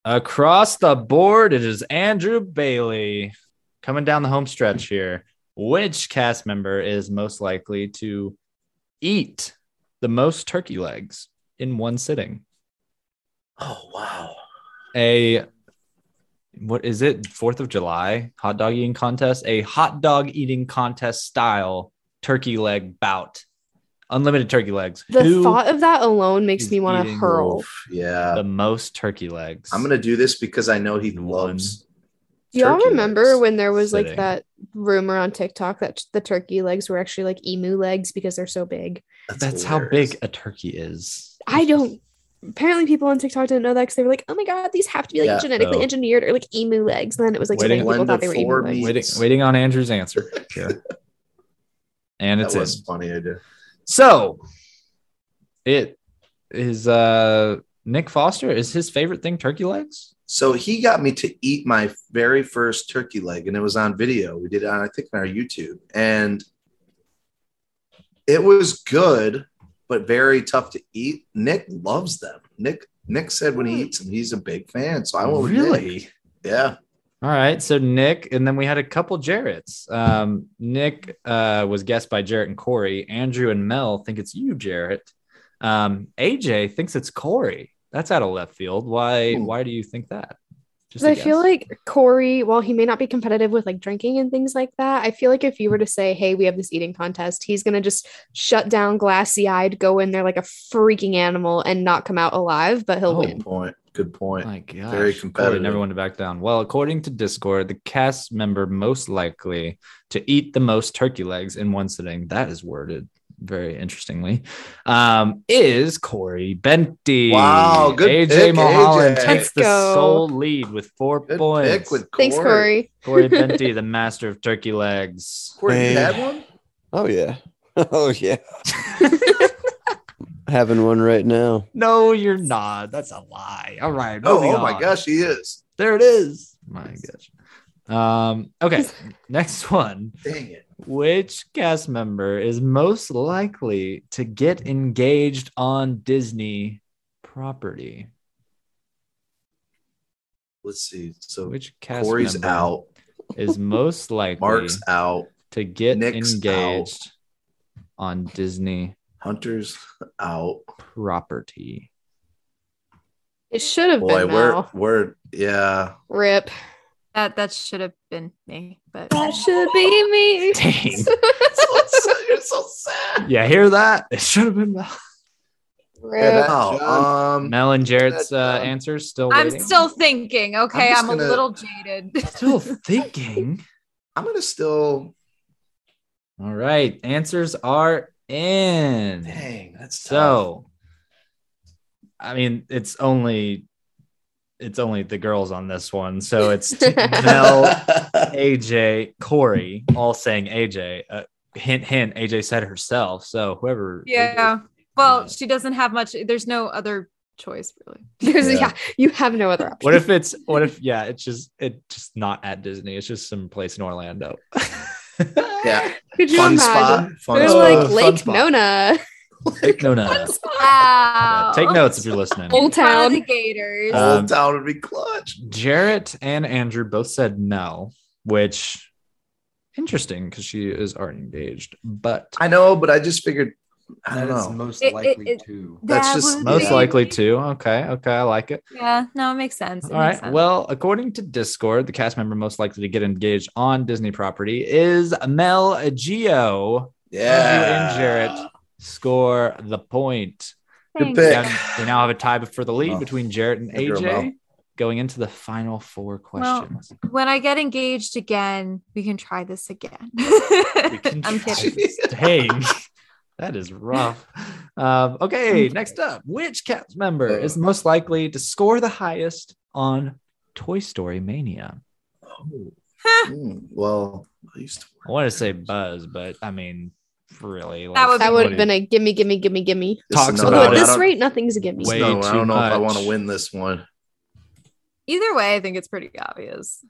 Speaker 6: Across the board, it is Andrew Bailey coming down the home stretch here. Which cast member is most likely to eat the most turkey legs in one sitting?
Speaker 3: Oh wow.
Speaker 6: A what is it? Fourth of July hot dog eating contest, a hot dog eating contest style turkey leg bout, unlimited turkey legs.
Speaker 4: The
Speaker 6: Who
Speaker 4: thought of that alone makes
Speaker 6: is
Speaker 4: me want to
Speaker 6: eating
Speaker 4: hurl.
Speaker 3: Oof, yeah.
Speaker 6: the most turkey legs?
Speaker 3: I'm gonna do this because I know he
Speaker 6: One.
Speaker 3: loves.
Speaker 4: Do y'all
Speaker 3: turkey
Speaker 4: remember
Speaker 3: legs.
Speaker 4: when there was
Speaker 6: sitting.
Speaker 4: like that rumor on TikTok that t- the turkey legs were actually like emu legs because they're so big?
Speaker 6: That's how
Speaker 3: hilarious.
Speaker 6: big a turkey is.
Speaker 4: I don't. Apparently, people on TikTok didn't know that because they were like, "Oh my god, these have to be like
Speaker 3: Yeah,
Speaker 4: genetically
Speaker 6: so-
Speaker 4: engineered or like emu legs." And then it was like so
Speaker 6: Waiting-
Speaker 4: many people
Speaker 3: Blend
Speaker 4: thought
Speaker 3: of
Speaker 4: they were
Speaker 3: four
Speaker 4: emu legs.
Speaker 3: meat.
Speaker 6: Waiting, waiting on Andrew's answer. Here. and
Speaker 3: That
Speaker 6: it's in.
Speaker 3: was funny. I did.
Speaker 6: So it is uh Nick Foster. Is his favorite thing turkey legs?
Speaker 3: So he got me to eat my very first turkey leg, and it was on video. We did it on, I think, on our YouTube, and it was good, but very tough to eat. Nick loves them. Nick Nick said when he eats them, he's a big fan. So I won't
Speaker 6: really.
Speaker 3: Yeah,
Speaker 6: All right. So Nick, and then we had a couple Jarrett's. Um, Nick uh, was guessed by Jarrett and Corey. Andrew and Mel think it's you, Jarrett. Um, AJ thinks it's Corey. That's out of left field. Why?
Speaker 1: Hmm.
Speaker 6: Why do you think that? Just a
Speaker 4: I feel
Speaker 6: guess.
Speaker 4: like Corey, while he may not be competitive with like drinking and things like that, I feel like if you were to say, "Hey, we have this eating contest," he's gonna just shut down, glassy-eyed, go in there like a freaking animal, and not come out alive. But he'll
Speaker 6: Oh.
Speaker 4: win.
Speaker 3: point. Good
Speaker 6: Oh
Speaker 3: point.
Speaker 6: My gosh.
Speaker 3: Very
Speaker 6: Corey
Speaker 3: competitive.
Speaker 6: never went back down. Well, according to Discord, the cast member most likely to eat the most turkey legs in one sitting, that is worded very interestingly, um, is Corey Benty.
Speaker 3: Wow, good
Speaker 6: AJ
Speaker 3: pick,
Speaker 6: Mulholland
Speaker 3: AJ.
Speaker 6: takes the
Speaker 4: Let's go.
Speaker 6: sole lead with four
Speaker 3: Good
Speaker 6: points.
Speaker 3: pick with Corey.
Speaker 4: Thanks, Corey.
Speaker 6: Corey Benty, the master of turkey legs.
Speaker 3: Corey, you
Speaker 7: Man.
Speaker 3: had one?
Speaker 7: Oh yeah. Oh yeah. Having one right now.
Speaker 6: No, you're not. That's a lie. All right.
Speaker 3: Oh,
Speaker 6: moving
Speaker 3: oh my
Speaker 6: on.
Speaker 3: gosh, he is.
Speaker 6: There it is. My gosh. Um, okay, next one.
Speaker 3: Dang it.
Speaker 6: Which cast member is most likely to get engaged on Disney property?
Speaker 3: Let's see. So
Speaker 6: Which cast
Speaker 3: Corey's
Speaker 6: member
Speaker 3: out.
Speaker 6: is most likely
Speaker 3: Mark's out.
Speaker 6: to get
Speaker 3: Nick's
Speaker 6: engaged on Disney
Speaker 3: Hunter's out.
Speaker 6: property?
Speaker 4: It should have
Speaker 3: Boy,
Speaker 4: been
Speaker 3: we're
Speaker 4: Mel.
Speaker 3: we're yeah.
Speaker 4: Rip.
Speaker 5: That that should have been me, but
Speaker 4: That should be me.
Speaker 6: Dang.
Speaker 3: So sad. You're so sad.
Speaker 6: yeah, hear that? It should have been Mel.
Speaker 4: Rip.
Speaker 7: Yeah, that-
Speaker 3: Wow. Um,
Speaker 6: Mel and Jarrett's uh,
Speaker 3: That's, um,
Speaker 6: answers still.
Speaker 5: I'm
Speaker 6: waiting.
Speaker 5: still thinking. Okay,
Speaker 3: just
Speaker 5: I'm,
Speaker 3: gonna-
Speaker 5: a little jaded.
Speaker 6: still thinking.
Speaker 3: I'm gonna still.
Speaker 6: All right, answers are in.
Speaker 3: Dang, that's tough.
Speaker 6: So, I mean, it's only it's only the girls on this one, so it's t- Mel, AJ, Corey, all saying AJ. Uh, hint, hint. AJ said herself. So whoever.
Speaker 5: yeah.
Speaker 6: Yeah.
Speaker 5: Well, she doesn't have much. There's no other choice really.
Speaker 4: There's
Speaker 3: Yeah.
Speaker 4: yeah. You have no other option.
Speaker 6: What if it's what if yeah? It's just it just not at Disney. It's just some place in Orlando.
Speaker 3: yeah,
Speaker 4: Could you
Speaker 3: fun
Speaker 4: imagine?
Speaker 3: spot. Fun
Speaker 4: They're
Speaker 3: spot.
Speaker 4: like
Speaker 6: fun
Speaker 4: Lake
Speaker 6: spot.
Speaker 4: Nona,
Speaker 6: Take no, no.
Speaker 5: Wow.
Speaker 6: Take notes if you're listening.
Speaker 4: Old
Speaker 5: Proud of the
Speaker 4: Town.
Speaker 5: Gators.
Speaker 6: Uh, Um,
Speaker 3: Old Town would be clutch.
Speaker 6: Jarrett and Andrew both said no, which interesting because she is already engaged. But
Speaker 3: I know, but I just figured. I don't know.
Speaker 1: most
Speaker 5: It- it-
Speaker 1: likely
Speaker 5: it-
Speaker 1: to.
Speaker 3: that's
Speaker 5: That
Speaker 3: just
Speaker 5: would
Speaker 6: most
Speaker 5: be-
Speaker 6: likely to. Okay, okay, I like it.
Speaker 5: Yeah. No, it makes sense. It
Speaker 6: All
Speaker 5: makes
Speaker 6: right.
Speaker 5: sense.
Speaker 6: Well, according to Discord, the cast member most likely to get engaged on Disney property is Mel Geo.
Speaker 3: Yeah,
Speaker 6: Andrew and Jarrett score the point.
Speaker 3: Good
Speaker 6: We,
Speaker 3: pick.
Speaker 6: have- we now have a tie for the lead
Speaker 3: Oh,
Speaker 6: between Jarrett and
Speaker 3: good girl, Mel.
Speaker 6: AJ going into the final four questions.
Speaker 5: when I get engaged again, we can try this again.
Speaker 6: can
Speaker 5: I'm
Speaker 6: try
Speaker 5: kidding.
Speaker 6: this. Dang. That is rough. Um, okay,
Speaker 5: Mm.
Speaker 6: next up, which cast member is most likely to score the highest on Toy Story Mania?
Speaker 3: Oh. Hmm, well, I used to.
Speaker 6: I want to say Buzz, but I mean, really, like,
Speaker 5: That would-
Speaker 4: That would have
Speaker 6: somebody
Speaker 4: been a gimme, gimme, gimme, gimme.
Speaker 6: talks
Speaker 3: No,
Speaker 4: Although
Speaker 6: about
Speaker 4: at
Speaker 3: I
Speaker 6: it.
Speaker 4: this
Speaker 3: don't-
Speaker 4: rate, nothing's a gimme.
Speaker 6: Wait.
Speaker 3: no, I
Speaker 6: too
Speaker 3: don't know if I
Speaker 6: much.
Speaker 3: want to win this one.
Speaker 5: Either way, I think it's pretty obvious.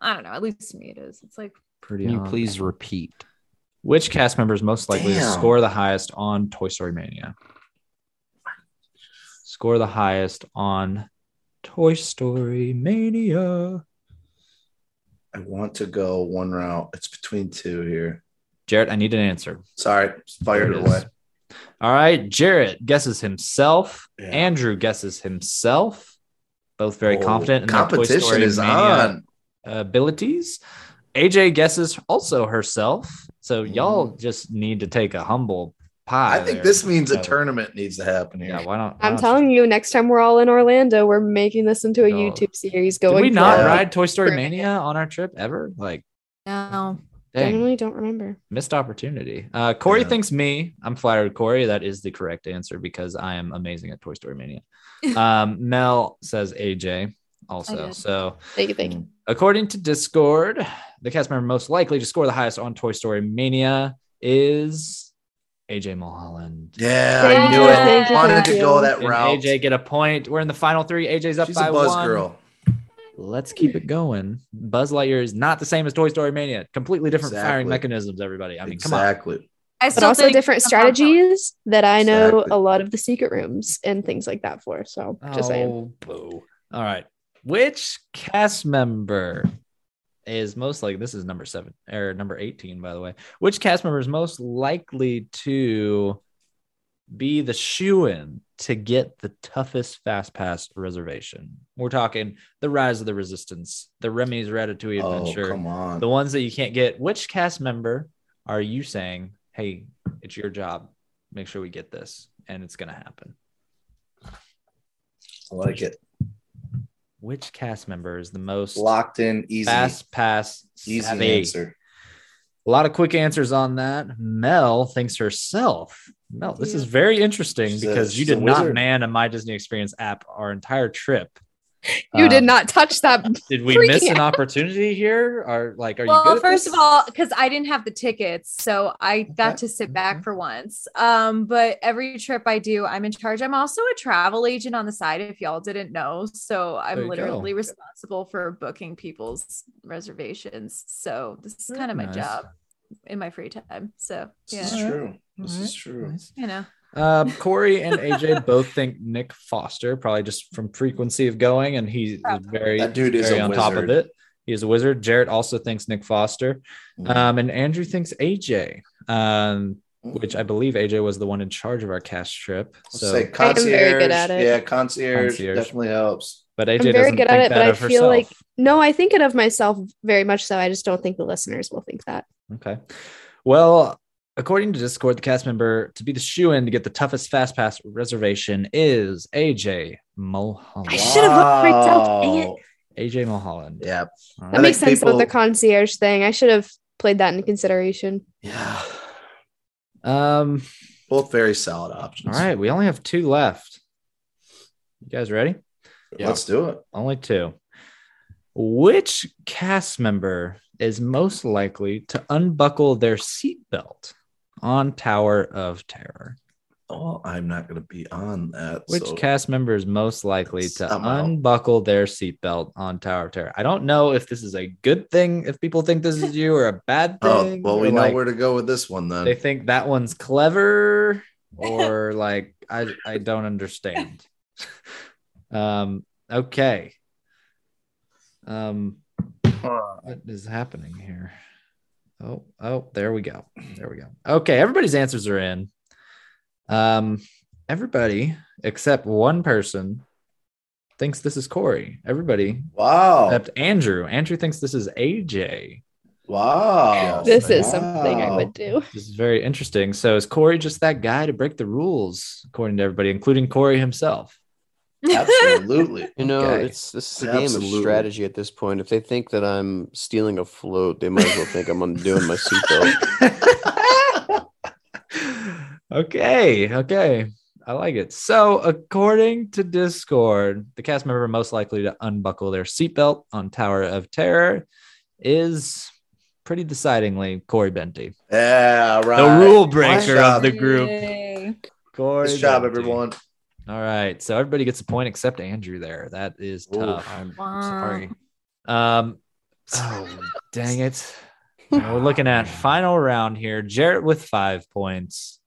Speaker 5: I don't know. At least to me, it is. It's like
Speaker 6: Pretty
Speaker 1: Can you
Speaker 6: obvious.
Speaker 1: please repeat?
Speaker 6: Which cast member is most likely to
Speaker 3: Damn.
Speaker 6: score the highest on Toy Story Mania? Score the highest on Toy Story Mania.
Speaker 3: I want to go one route. It's between two here.
Speaker 6: Jarrett, I need an answer.
Speaker 3: Sorry,
Speaker 6: There
Speaker 3: fired it
Speaker 6: it is.
Speaker 3: away.
Speaker 6: All right, Jarrett guesses himself.
Speaker 3: Yeah.
Speaker 6: Andrew guesses himself. Both very
Speaker 3: Oh,
Speaker 6: confident in their Toy
Speaker 3: Competition
Speaker 6: Story
Speaker 3: is
Speaker 6: Mania
Speaker 3: on.
Speaker 6: abilities. AJ guesses also herself. So y'all just need to take a humble pie.
Speaker 3: Hmm. I think
Speaker 6: there.
Speaker 3: this means a
Speaker 6: So,
Speaker 3: tournament needs to happen here.
Speaker 6: Yeah, why don't?
Speaker 4: I'm telling you, next time we're all in Orlando, we're making this into a
Speaker 6: No.
Speaker 4: YouTube series.
Speaker 6: Did
Speaker 4: Going.
Speaker 6: we not
Speaker 3: for it.
Speaker 6: ride Toy Story
Speaker 4: For-
Speaker 6: Mania on our trip ever? Like,
Speaker 5: no.
Speaker 6: dang,
Speaker 4: Genuinely don't remember.
Speaker 6: missed opportunity. Uh, Corey
Speaker 3: Yeah.
Speaker 6: thinks me. I'm flattered, Corey. That is the correct answer because I am amazing at Toy Story Mania. Um, Mel says AJ also.
Speaker 5: did.
Speaker 6: So
Speaker 4: Thank you, thank you.
Speaker 6: According to Discord, the cast member most likely to score the highest on Toy Story Mania is AJ Mulholland.
Speaker 3: Yeah, I
Speaker 5: Thank
Speaker 3: knew
Speaker 5: you,
Speaker 3: it.
Speaker 5: thank you,
Speaker 3: Wanted
Speaker 5: thank
Speaker 3: to
Speaker 4: you.
Speaker 3: go that
Speaker 6: Did
Speaker 3: route.
Speaker 6: AJ get a point. We're in the final three. AJ's up
Speaker 3: She's
Speaker 6: by
Speaker 3: a buzz
Speaker 6: one.
Speaker 3: girl.
Speaker 6: Let's keep it going. Buzz Lightyear is not the same as Toy Story Mania. Completely different firing
Speaker 3: Exactly.
Speaker 6: mechanisms. Everybody. I mean, come on.
Speaker 3: exactly.
Speaker 5: I
Speaker 4: But
Speaker 5: still
Speaker 4: also
Speaker 5: think-
Speaker 4: different strategies that I know
Speaker 3: Exactly.
Speaker 4: a lot of the secret rooms and things like that for. So just saying.
Speaker 6: Oh, boo. All right. Which cast member is most like this is number seven or number 18, by the way. Which cast member is most likely to be the shoe in to get the toughest fast pass reservation? We're talking the rise of the resistance, the Remy's Ratatouille
Speaker 3: Oh,
Speaker 6: adventure,
Speaker 3: come on.
Speaker 6: the ones that you can't get. Which cast member are you saying, hey, it's your job? Make sure we get this, and it's going to happen.
Speaker 3: I like it.
Speaker 6: Which cast member is the most
Speaker 3: Locked in, easy,
Speaker 6: fast pass
Speaker 3: easy
Speaker 6: savvy?
Speaker 3: answer.
Speaker 6: A lot of quick answers on that. Mel thinks herself. Mel, this is very interesting
Speaker 3: She's a-
Speaker 6: because you
Speaker 3: she's a
Speaker 6: did not
Speaker 3: wizard.
Speaker 6: man a My Disney Experience app our entire trip.
Speaker 4: You
Speaker 3: Uh,
Speaker 4: did
Speaker 6: Um,
Speaker 4: not touch that.
Speaker 6: Did we
Speaker 4: freaking
Speaker 6: miss an
Speaker 4: out.
Speaker 6: opportunity here? Are like, are you?
Speaker 5: well
Speaker 6: good at
Speaker 5: first
Speaker 6: this?
Speaker 5: of all because i didn't have the tickets so i got
Speaker 3: Okay.
Speaker 5: to
Speaker 6: Mm-hmm.
Speaker 5: sit back for once um but every trip i do i'm in charge i'm also a travel agent on the side if y'all didn't know so
Speaker 6: There
Speaker 5: i'm
Speaker 6: you
Speaker 5: literally responsible for booking people's reservations so this is kind of my
Speaker 6: Nice.
Speaker 5: job in my free time so
Speaker 3: This
Speaker 5: yeah
Speaker 3: is true. This
Speaker 6: Alright,
Speaker 3: is
Speaker 4: Mm-hmm.
Speaker 3: true.
Speaker 6: nice.
Speaker 5: you know
Speaker 6: Um, Corey and AJ both think Nick Foster, probably just from frequency of going, and he's very,
Speaker 3: That dude is
Speaker 6: very
Speaker 3: a
Speaker 6: on
Speaker 3: wizard.
Speaker 6: top of it. He is a wizard. Jarrett also thinks Nick Foster,
Speaker 3: Mhm.
Speaker 6: um, and Andrew thinks AJ, um,
Speaker 3: Mhm.
Speaker 6: which I believe AJ was the one in charge of our cast trip.
Speaker 3: I'll
Speaker 6: So,
Speaker 3: say
Speaker 4: I am
Speaker 3: concierge.
Speaker 4: very good at it.
Speaker 3: Yeah, concierge,
Speaker 6: Concierge.
Speaker 3: definitely helps.
Speaker 6: but AJ
Speaker 4: I'm very
Speaker 6: doesn't
Speaker 4: good
Speaker 6: think
Speaker 4: at it,
Speaker 6: that
Speaker 4: but I
Speaker 6: of
Speaker 4: feel
Speaker 6: herself.
Speaker 4: No, I think it of myself very much so. I just don't think the listeners will think that.
Speaker 6: Okay. Well, according to Discord, the cast member to be the shoe in to get the toughest fast pass reservation is AJ Mulholland.
Speaker 4: I should've voted myself, dang it.
Speaker 3: Wow.
Speaker 6: AJ Mulholland.
Speaker 3: Yeah,
Speaker 6: All
Speaker 4: That
Speaker 3: I
Speaker 6: right.
Speaker 4: makes
Speaker 3: think
Speaker 4: sense with the
Speaker 3: people-
Speaker 4: concierge thing. I should have played that into consideration.
Speaker 3: yeah.
Speaker 6: Um.
Speaker 3: Both very solid options.
Speaker 6: All right, we only have two left. You guys ready?
Speaker 3: let's do it.
Speaker 6: Only two. Which cast member is most likely to unbuckle their seatbelt on Tower of Terror?
Speaker 3: Oh, I'm not going to be on that.
Speaker 6: Which
Speaker 3: so-
Speaker 6: cast member is most likely to
Speaker 3: I'm out.
Speaker 6: unbuckle their seatbelt on Tower of Terror? I don't know if this is a good thing, if people think this is you, or a bad
Speaker 3: Oh,
Speaker 6: thing.
Speaker 3: well,
Speaker 6: or
Speaker 3: we know
Speaker 6: like,
Speaker 3: where to go with this one then.
Speaker 6: they think that one's clever, or like I I don't understand. um. Okay. Um.
Speaker 3: Uh,
Speaker 6: What is happening here? Oh, oh, there we go. There we go. Okay, everybody's answers are in. Um, everybody except one person thinks this is Corey. Everybody
Speaker 3: wow.
Speaker 6: except Andrew. Andrew thinks this is AJ.
Speaker 3: wow.
Speaker 4: this is something I
Speaker 3: Wow.
Speaker 4: would do.
Speaker 6: This is very interesting. So is Corey just that guy to break the rules, according to everybody, including Corey himself?
Speaker 3: Absolutely.
Speaker 7: You know,
Speaker 6: Okay.
Speaker 7: it's this is a game
Speaker 3: Absolutely.
Speaker 7: of strategy at this point. If they think that I'm stealing a float, they might as well think I'm undoing my seatbelt.
Speaker 6: okay, okay. I like it. So, according to Discord, the cast member most likely to unbuckle their seatbelt on Tower of Terror is pretty decidingly Corey Benty,
Speaker 3: yeah, right.
Speaker 6: the rule breaker of the
Speaker 3: Nice
Speaker 6: group.
Speaker 5: Yay.
Speaker 6: Corey
Speaker 3: Nice job,
Speaker 6: Benty.
Speaker 3: everyone.
Speaker 6: All right. So, everybody gets a point except Andrew there. That is
Speaker 1: Ooh,
Speaker 6: tough.
Speaker 1: I'm
Speaker 5: Wow.
Speaker 1: sorry.
Speaker 6: Um, oh, dang it. Now we're looking at final round here. Jarrett with five points,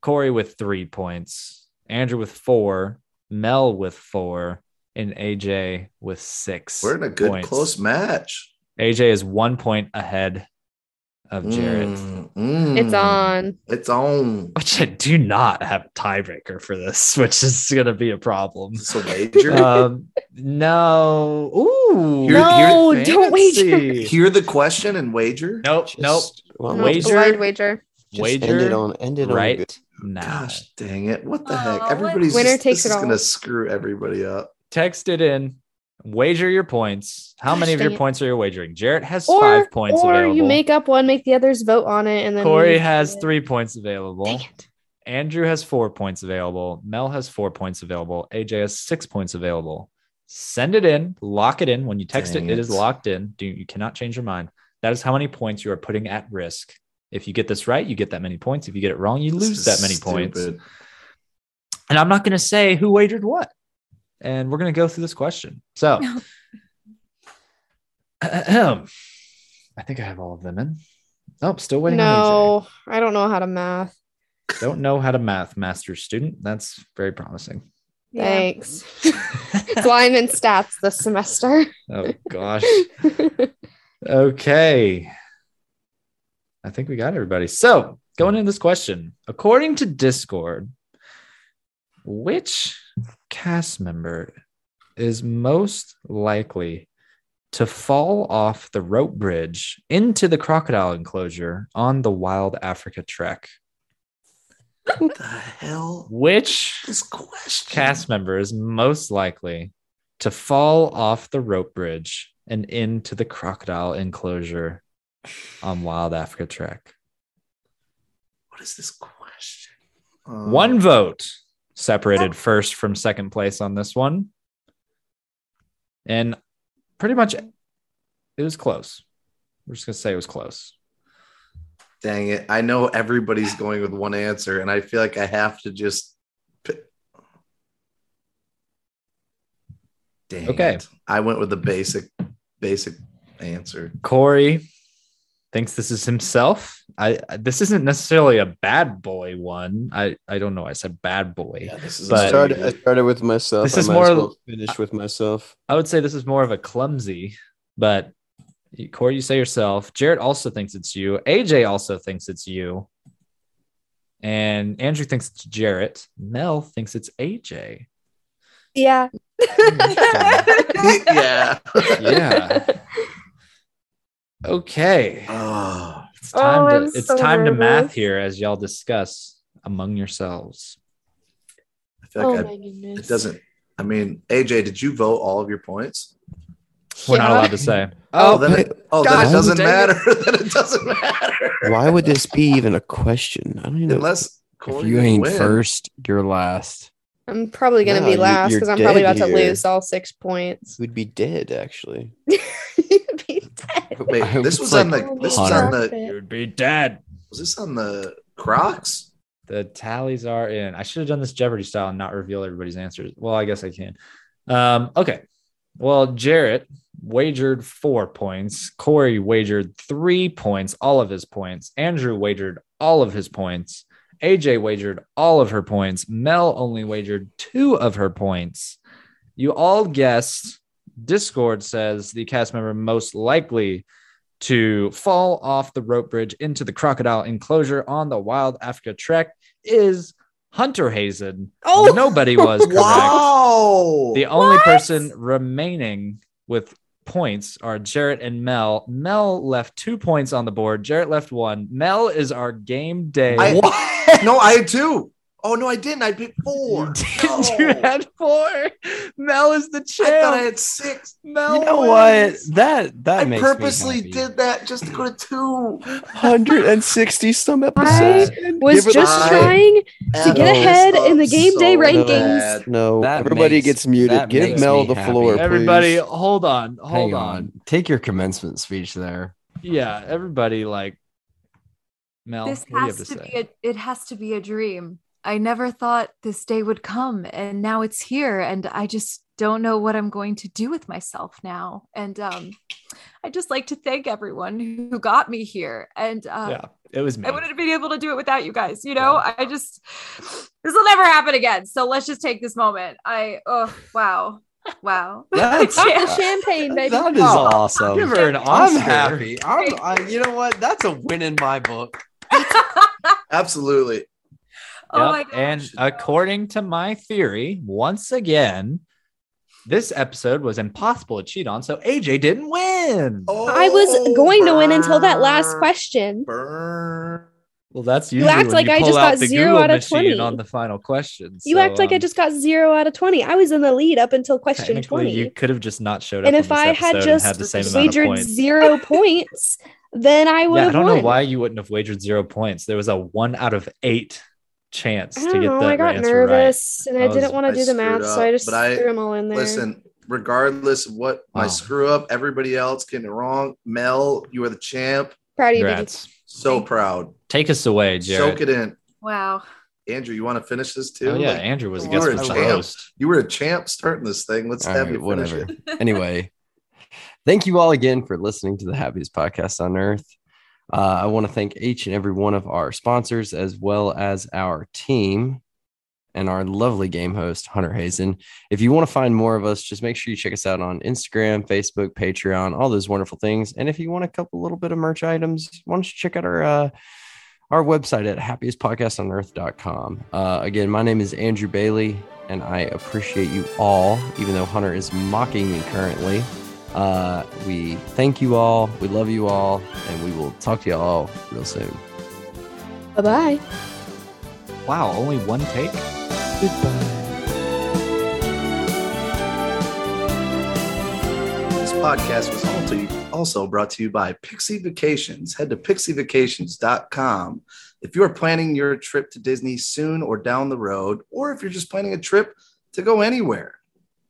Speaker 6: Corey with three points, Andrew with four, Mel with four, and AJ with six.
Speaker 3: We're in a good
Speaker 6: points.
Speaker 3: close match.
Speaker 6: AJ is one point ahead of Jarrett,
Speaker 3: Mm, mm.
Speaker 4: It's on.
Speaker 3: It's on.
Speaker 6: which I do not have a tiebreaker for this, which is going to be a problem.
Speaker 3: Is this a wager?
Speaker 6: Um, no. Ooh.
Speaker 3: Here-
Speaker 4: No, don't wager.
Speaker 6: fancy.
Speaker 3: Hear the question and wager.
Speaker 6: Nope, nope.
Speaker 7: Just- well,
Speaker 4: No,
Speaker 6: Wager?
Speaker 4: it's a blind wager.
Speaker 7: just
Speaker 6: wager
Speaker 7: End it on. End it on. good.
Speaker 6: right now.
Speaker 3: Gosh dang it! What the
Speaker 5: Aw,
Speaker 3: heck?
Speaker 5: what-
Speaker 3: Everybody's
Speaker 4: Oh, Winner
Speaker 3: just,
Speaker 4: takes
Speaker 3: this
Speaker 4: it
Speaker 3: is
Speaker 4: all.
Speaker 3: gonna screw everybody up.
Speaker 6: Text it in. Wager your points. How
Speaker 4: Gosh,
Speaker 6: many of
Speaker 4: dang
Speaker 6: your
Speaker 4: it.
Speaker 6: points are you wagering? Jarrett has
Speaker 4: Or,
Speaker 6: five points
Speaker 4: or
Speaker 6: available.
Speaker 4: you make up one, make the others vote on it, and then
Speaker 6: Corey
Speaker 4: we-
Speaker 6: has three points available.
Speaker 4: Dang it.
Speaker 6: Andrew has four points available. Mel has four points available. AJ has six points available. Send it in. Lock it in. When you text it,
Speaker 3: Dang
Speaker 6: it
Speaker 3: it.
Speaker 6: is locked in. Do you cannot change your mind. That is how many points you are putting at risk. If you get this right, you get that many points. If you get it wrong, you
Speaker 3: This
Speaker 6: lose
Speaker 3: is
Speaker 6: that many points.
Speaker 3: stupid.
Speaker 6: And I'm not going to say who wagered what. And we're going to go through this question. So I think I have all of them in. Nope, still waiting on
Speaker 4: No, I don't know how to math.
Speaker 6: AJ. Don't know how to math, master student. That's very promising.
Speaker 5: Yeah.
Speaker 4: Thanks. That's why I'm in stats this semester.
Speaker 6: Oh gosh. Okay. I think we got everybody. So, going into this question, according to Discord, which cast member is most likely to fall off the rope bridge into the crocodile enclosure on the Wild Africa Trek?
Speaker 3: What the hell?
Speaker 6: Which
Speaker 3: This question.
Speaker 6: cast member is most likely to fall off the rope bridge and into the crocodile enclosure on Wild Africa Trek.
Speaker 3: What is this question? Oh.
Speaker 6: One vote separated first from second place on this one. And pretty much it was close. We're just going to say it was close.
Speaker 3: Dang it. I know everybody's going with one answer, and I feel like I have to just. pi- Dang.
Speaker 6: Okay.
Speaker 3: it. I went with the basic, basic answer.
Speaker 6: Corey thinks this is himself. I this isn't necessarily a bad boy one. I I don't know. why I said bad boy.
Speaker 3: this is
Speaker 6: a But-
Speaker 7: I started, I started with myself.
Speaker 6: This
Speaker 7: I
Speaker 6: is
Speaker 7: might
Speaker 6: more-
Speaker 7: as well finish with myself.
Speaker 6: I would say this is more of a clumsy, but Corey, you say yourself. Jarrett also thinks it's you. AJ also thinks it's you. And Andrew thinks it's Jarrett. Mel thinks it's AJ.
Speaker 4: Yeah.
Speaker 3: yeah.
Speaker 6: Yeah. okay.
Speaker 3: Oh,
Speaker 6: It's time
Speaker 4: Oh,
Speaker 6: to
Speaker 4: I'm
Speaker 6: it's
Speaker 4: so
Speaker 6: time to math
Speaker 4: nervous.
Speaker 6: here as y'all discuss among yourselves.
Speaker 3: I feel
Speaker 6: uh,
Speaker 3: like
Speaker 4: oh
Speaker 3: I,
Speaker 4: my goodness.
Speaker 3: it doesn't. I mean, AJ, did you vote all of your points?
Speaker 6: We're not
Speaker 4: Yeah.
Speaker 6: allowed to say.
Speaker 3: Oh, then it, oh, then
Speaker 7: God
Speaker 3: it doesn't
Speaker 7: dang it.
Speaker 3: matter. then it doesn't matter.
Speaker 7: Why would this be even a question? I don't even know.
Speaker 3: Unless
Speaker 1: If
Speaker 3: Corey
Speaker 1: you ain't
Speaker 3: wins.
Speaker 1: first, you're last.
Speaker 4: I'm probably gonna
Speaker 7: No,
Speaker 4: be
Speaker 7: you-
Speaker 4: last
Speaker 7: you're
Speaker 4: because I'm probably
Speaker 7: dead
Speaker 4: about to
Speaker 7: here.
Speaker 4: lose all six points.
Speaker 7: We'd be dead, actually.
Speaker 4: You'd be dead.
Speaker 3: Wait,
Speaker 1: I
Speaker 3: this
Speaker 1: was
Speaker 3: was
Speaker 1: like,
Speaker 3: on the. This was
Speaker 1: Hunter.
Speaker 3: on the.
Speaker 6: You would Oh, be dead.
Speaker 3: Was this on the Crocs?
Speaker 6: The tallies are in. I should have done this Jeopardy style and not reveal everybody's answers. Well, I guess I can. Um, okay. Well, Jarrett wagered four points. Corey wagered three points, all of his points. Andrew wagered all of his points. AJ wagered all of her points. Mel only wagered two of her points. You all guessed. Discord says the cast member most likely to fall off the rope bridge into the crocodile enclosure on the Wild Africa Trek is Hunter Hazen.
Speaker 4: Oh,
Speaker 6: Nobody was correct.
Speaker 3: Wow.
Speaker 6: The only
Speaker 4: What?
Speaker 6: person remaining with points are Jarrett and Mel. Mel left two points on the board. Jarrett left one. Mel is our game day.
Speaker 3: I-
Speaker 6: What?
Speaker 3: no, I had two. Oh no, I didn't. I picked four. No.
Speaker 6: you had four. Mel is the
Speaker 3: I thought I
Speaker 6: champ.
Speaker 3: had six.
Speaker 6: Mel
Speaker 1: You know what?
Speaker 6: wins.
Speaker 1: That that
Speaker 3: I
Speaker 1: makes me
Speaker 3: purposely
Speaker 1: happy.
Speaker 3: did that just to go to two.
Speaker 7: 160 some
Speaker 4: I
Speaker 7: episodes. and
Speaker 4: was
Speaker 7: give it a
Speaker 4: just
Speaker 3: I-
Speaker 7: try.
Speaker 4: trying to
Speaker 3: That
Speaker 4: get ahead
Speaker 3: is
Speaker 4: in the game day
Speaker 3: so
Speaker 4: rankings.
Speaker 3: bad.
Speaker 7: No,
Speaker 1: That
Speaker 7: everybody
Speaker 1: makes-
Speaker 7: gets
Speaker 1: that
Speaker 7: muted. Give
Speaker 1: makes
Speaker 7: Mel
Speaker 1: me
Speaker 7: the
Speaker 1: happy.
Speaker 7: floor, please.
Speaker 6: Everybody, hold on. Hold
Speaker 1: Hang
Speaker 6: on.
Speaker 1: on. Take your commencement speech there.
Speaker 6: Yeah, everybody like Mel.
Speaker 5: this
Speaker 6: what do you
Speaker 5: has
Speaker 6: have to,
Speaker 5: to,
Speaker 6: say?
Speaker 5: be a, it has to be a dream i never thought this day would come and now it's here and i just don't know what i'm going to do with myself now and um i just like to thank everyone who got me here and uh,
Speaker 6: yeah, it was me.
Speaker 5: I wouldn't have been able to do it without you guys. You know, I just this will never happen again. So let's just take this moment. I oh wow, wow.
Speaker 1: That's-
Speaker 5: Yeah.
Speaker 4: Champagne, baby.
Speaker 1: That is
Speaker 6: Oh,
Speaker 1: awesome.
Speaker 6: Give her an
Speaker 1: I'm
Speaker 6: Oscar.
Speaker 1: happy. I'm, I, you know what? That's a win in my book.
Speaker 3: Absolutely.
Speaker 5: oh
Speaker 6: Yep,
Speaker 5: my gosh.
Speaker 6: And according to my theory, once again, this episode was impossible to cheat on, so AJ didn't win.
Speaker 3: Oh,
Speaker 4: I was going to win until that last
Speaker 3: burn,
Speaker 4: question.
Speaker 3: Burn.
Speaker 6: Well, that's
Speaker 4: You
Speaker 6: usually
Speaker 4: act
Speaker 6: when
Speaker 4: like
Speaker 6: you
Speaker 4: I
Speaker 6: pull
Speaker 4: just
Speaker 6: out
Speaker 4: got
Speaker 6: the
Speaker 4: zero
Speaker 6: Google
Speaker 4: out of
Speaker 6: machine
Speaker 4: 20.
Speaker 6: on the final question.
Speaker 4: You
Speaker 6: so,
Speaker 4: act like I
Speaker 6: um,
Speaker 4: just got zero out of 20. I was in the lead up until question
Speaker 6: technically
Speaker 4: 20.
Speaker 6: You could have just not showed up.
Speaker 4: and
Speaker 6: on
Speaker 4: if
Speaker 6: this
Speaker 4: I
Speaker 6: episode
Speaker 4: had
Speaker 6: and
Speaker 4: just
Speaker 6: the same amount of
Speaker 4: wagered
Speaker 6: points.
Speaker 4: zero points, then I would
Speaker 6: yeah, I
Speaker 4: have
Speaker 6: don't
Speaker 4: won.
Speaker 6: know why you wouldn't have wagered zero points. There was a one out of eight chance
Speaker 4: I
Speaker 6: to
Speaker 4: don't
Speaker 6: get
Speaker 4: know.
Speaker 6: the
Speaker 4: I got
Speaker 6: answer nervous.
Speaker 4: nervous and
Speaker 6: I
Speaker 4: I
Speaker 6: was-
Speaker 4: didn't want
Speaker 3: I
Speaker 4: to do the
Speaker 3: screwed
Speaker 4: math, so
Speaker 3: up,
Speaker 4: I just
Speaker 3: but I-
Speaker 4: threw them all in there.
Speaker 3: Listen, regardless of what my
Speaker 6: Wow.
Speaker 3: screw up, everybody else getting it wrong. Mel, you are the champ.
Speaker 4: Proud of
Speaker 6: right.
Speaker 4: you, baby.
Speaker 6: Congrats.
Speaker 3: So proud.
Speaker 6: Take us away, Jared.
Speaker 3: Soak it in.
Speaker 5: wow.
Speaker 3: Andrew, you want to finish this too?
Speaker 6: Oh, yeah,
Speaker 3: Like,
Speaker 6: Andrew was a
Speaker 3: you
Speaker 6: guest
Speaker 3: were a
Speaker 6: with the
Speaker 3: champ.
Speaker 6: host.
Speaker 3: you were a champ starting this thing. Let's
Speaker 1: All
Speaker 3: have
Speaker 1: right,
Speaker 3: you finish
Speaker 1: whatever.
Speaker 3: it.
Speaker 1: anyway, thank you all again for listening to the happiest podcast on earth. Uh, I want to thank each and every one of our sponsors as well as our team. and our lovely game host, Hunter Hazen. If you want to find more of us, just make sure you check us out on Instagram, Facebook, Patreon, all those wonderful things. And if you want a couple little bit of merch items, why don't you check out our uh, our website at happiestpodcastonearth.com. Uh, again, my name is Andrew Bailey, and I appreciate you all, even though Hunter is mocking me currently. Uh, we thank you all. We love you all. And we will talk to you all real soon.
Speaker 4: Bye bye.
Speaker 6: Wow, only one take?
Speaker 3: This podcast was also, also brought to you by Pixie Vacations. Head to pixievacations.com. If you are planning your trip to Disney soon or down the road, or if you're just planning a trip to go anywhere,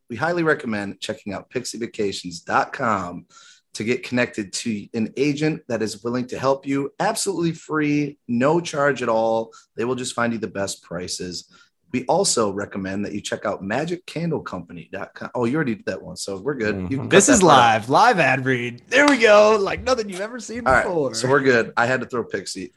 Speaker 3: we highly recommend checking out pixievacations.com to get connected to an agent that is willing to help you absolutely free, no charge at all. They will just find you the best prices. We also recommend that you check out magiccandlecompany.com. Oh, you already did that one, so we're good. You can cut
Speaker 2: Mm-hmm. This
Speaker 3: that
Speaker 2: is
Speaker 3: part out.
Speaker 2: live, live ad read. There we go. Like nothing you've ever seen
Speaker 3: All right,
Speaker 2: before.
Speaker 3: so we're good. I had to throw Pixie.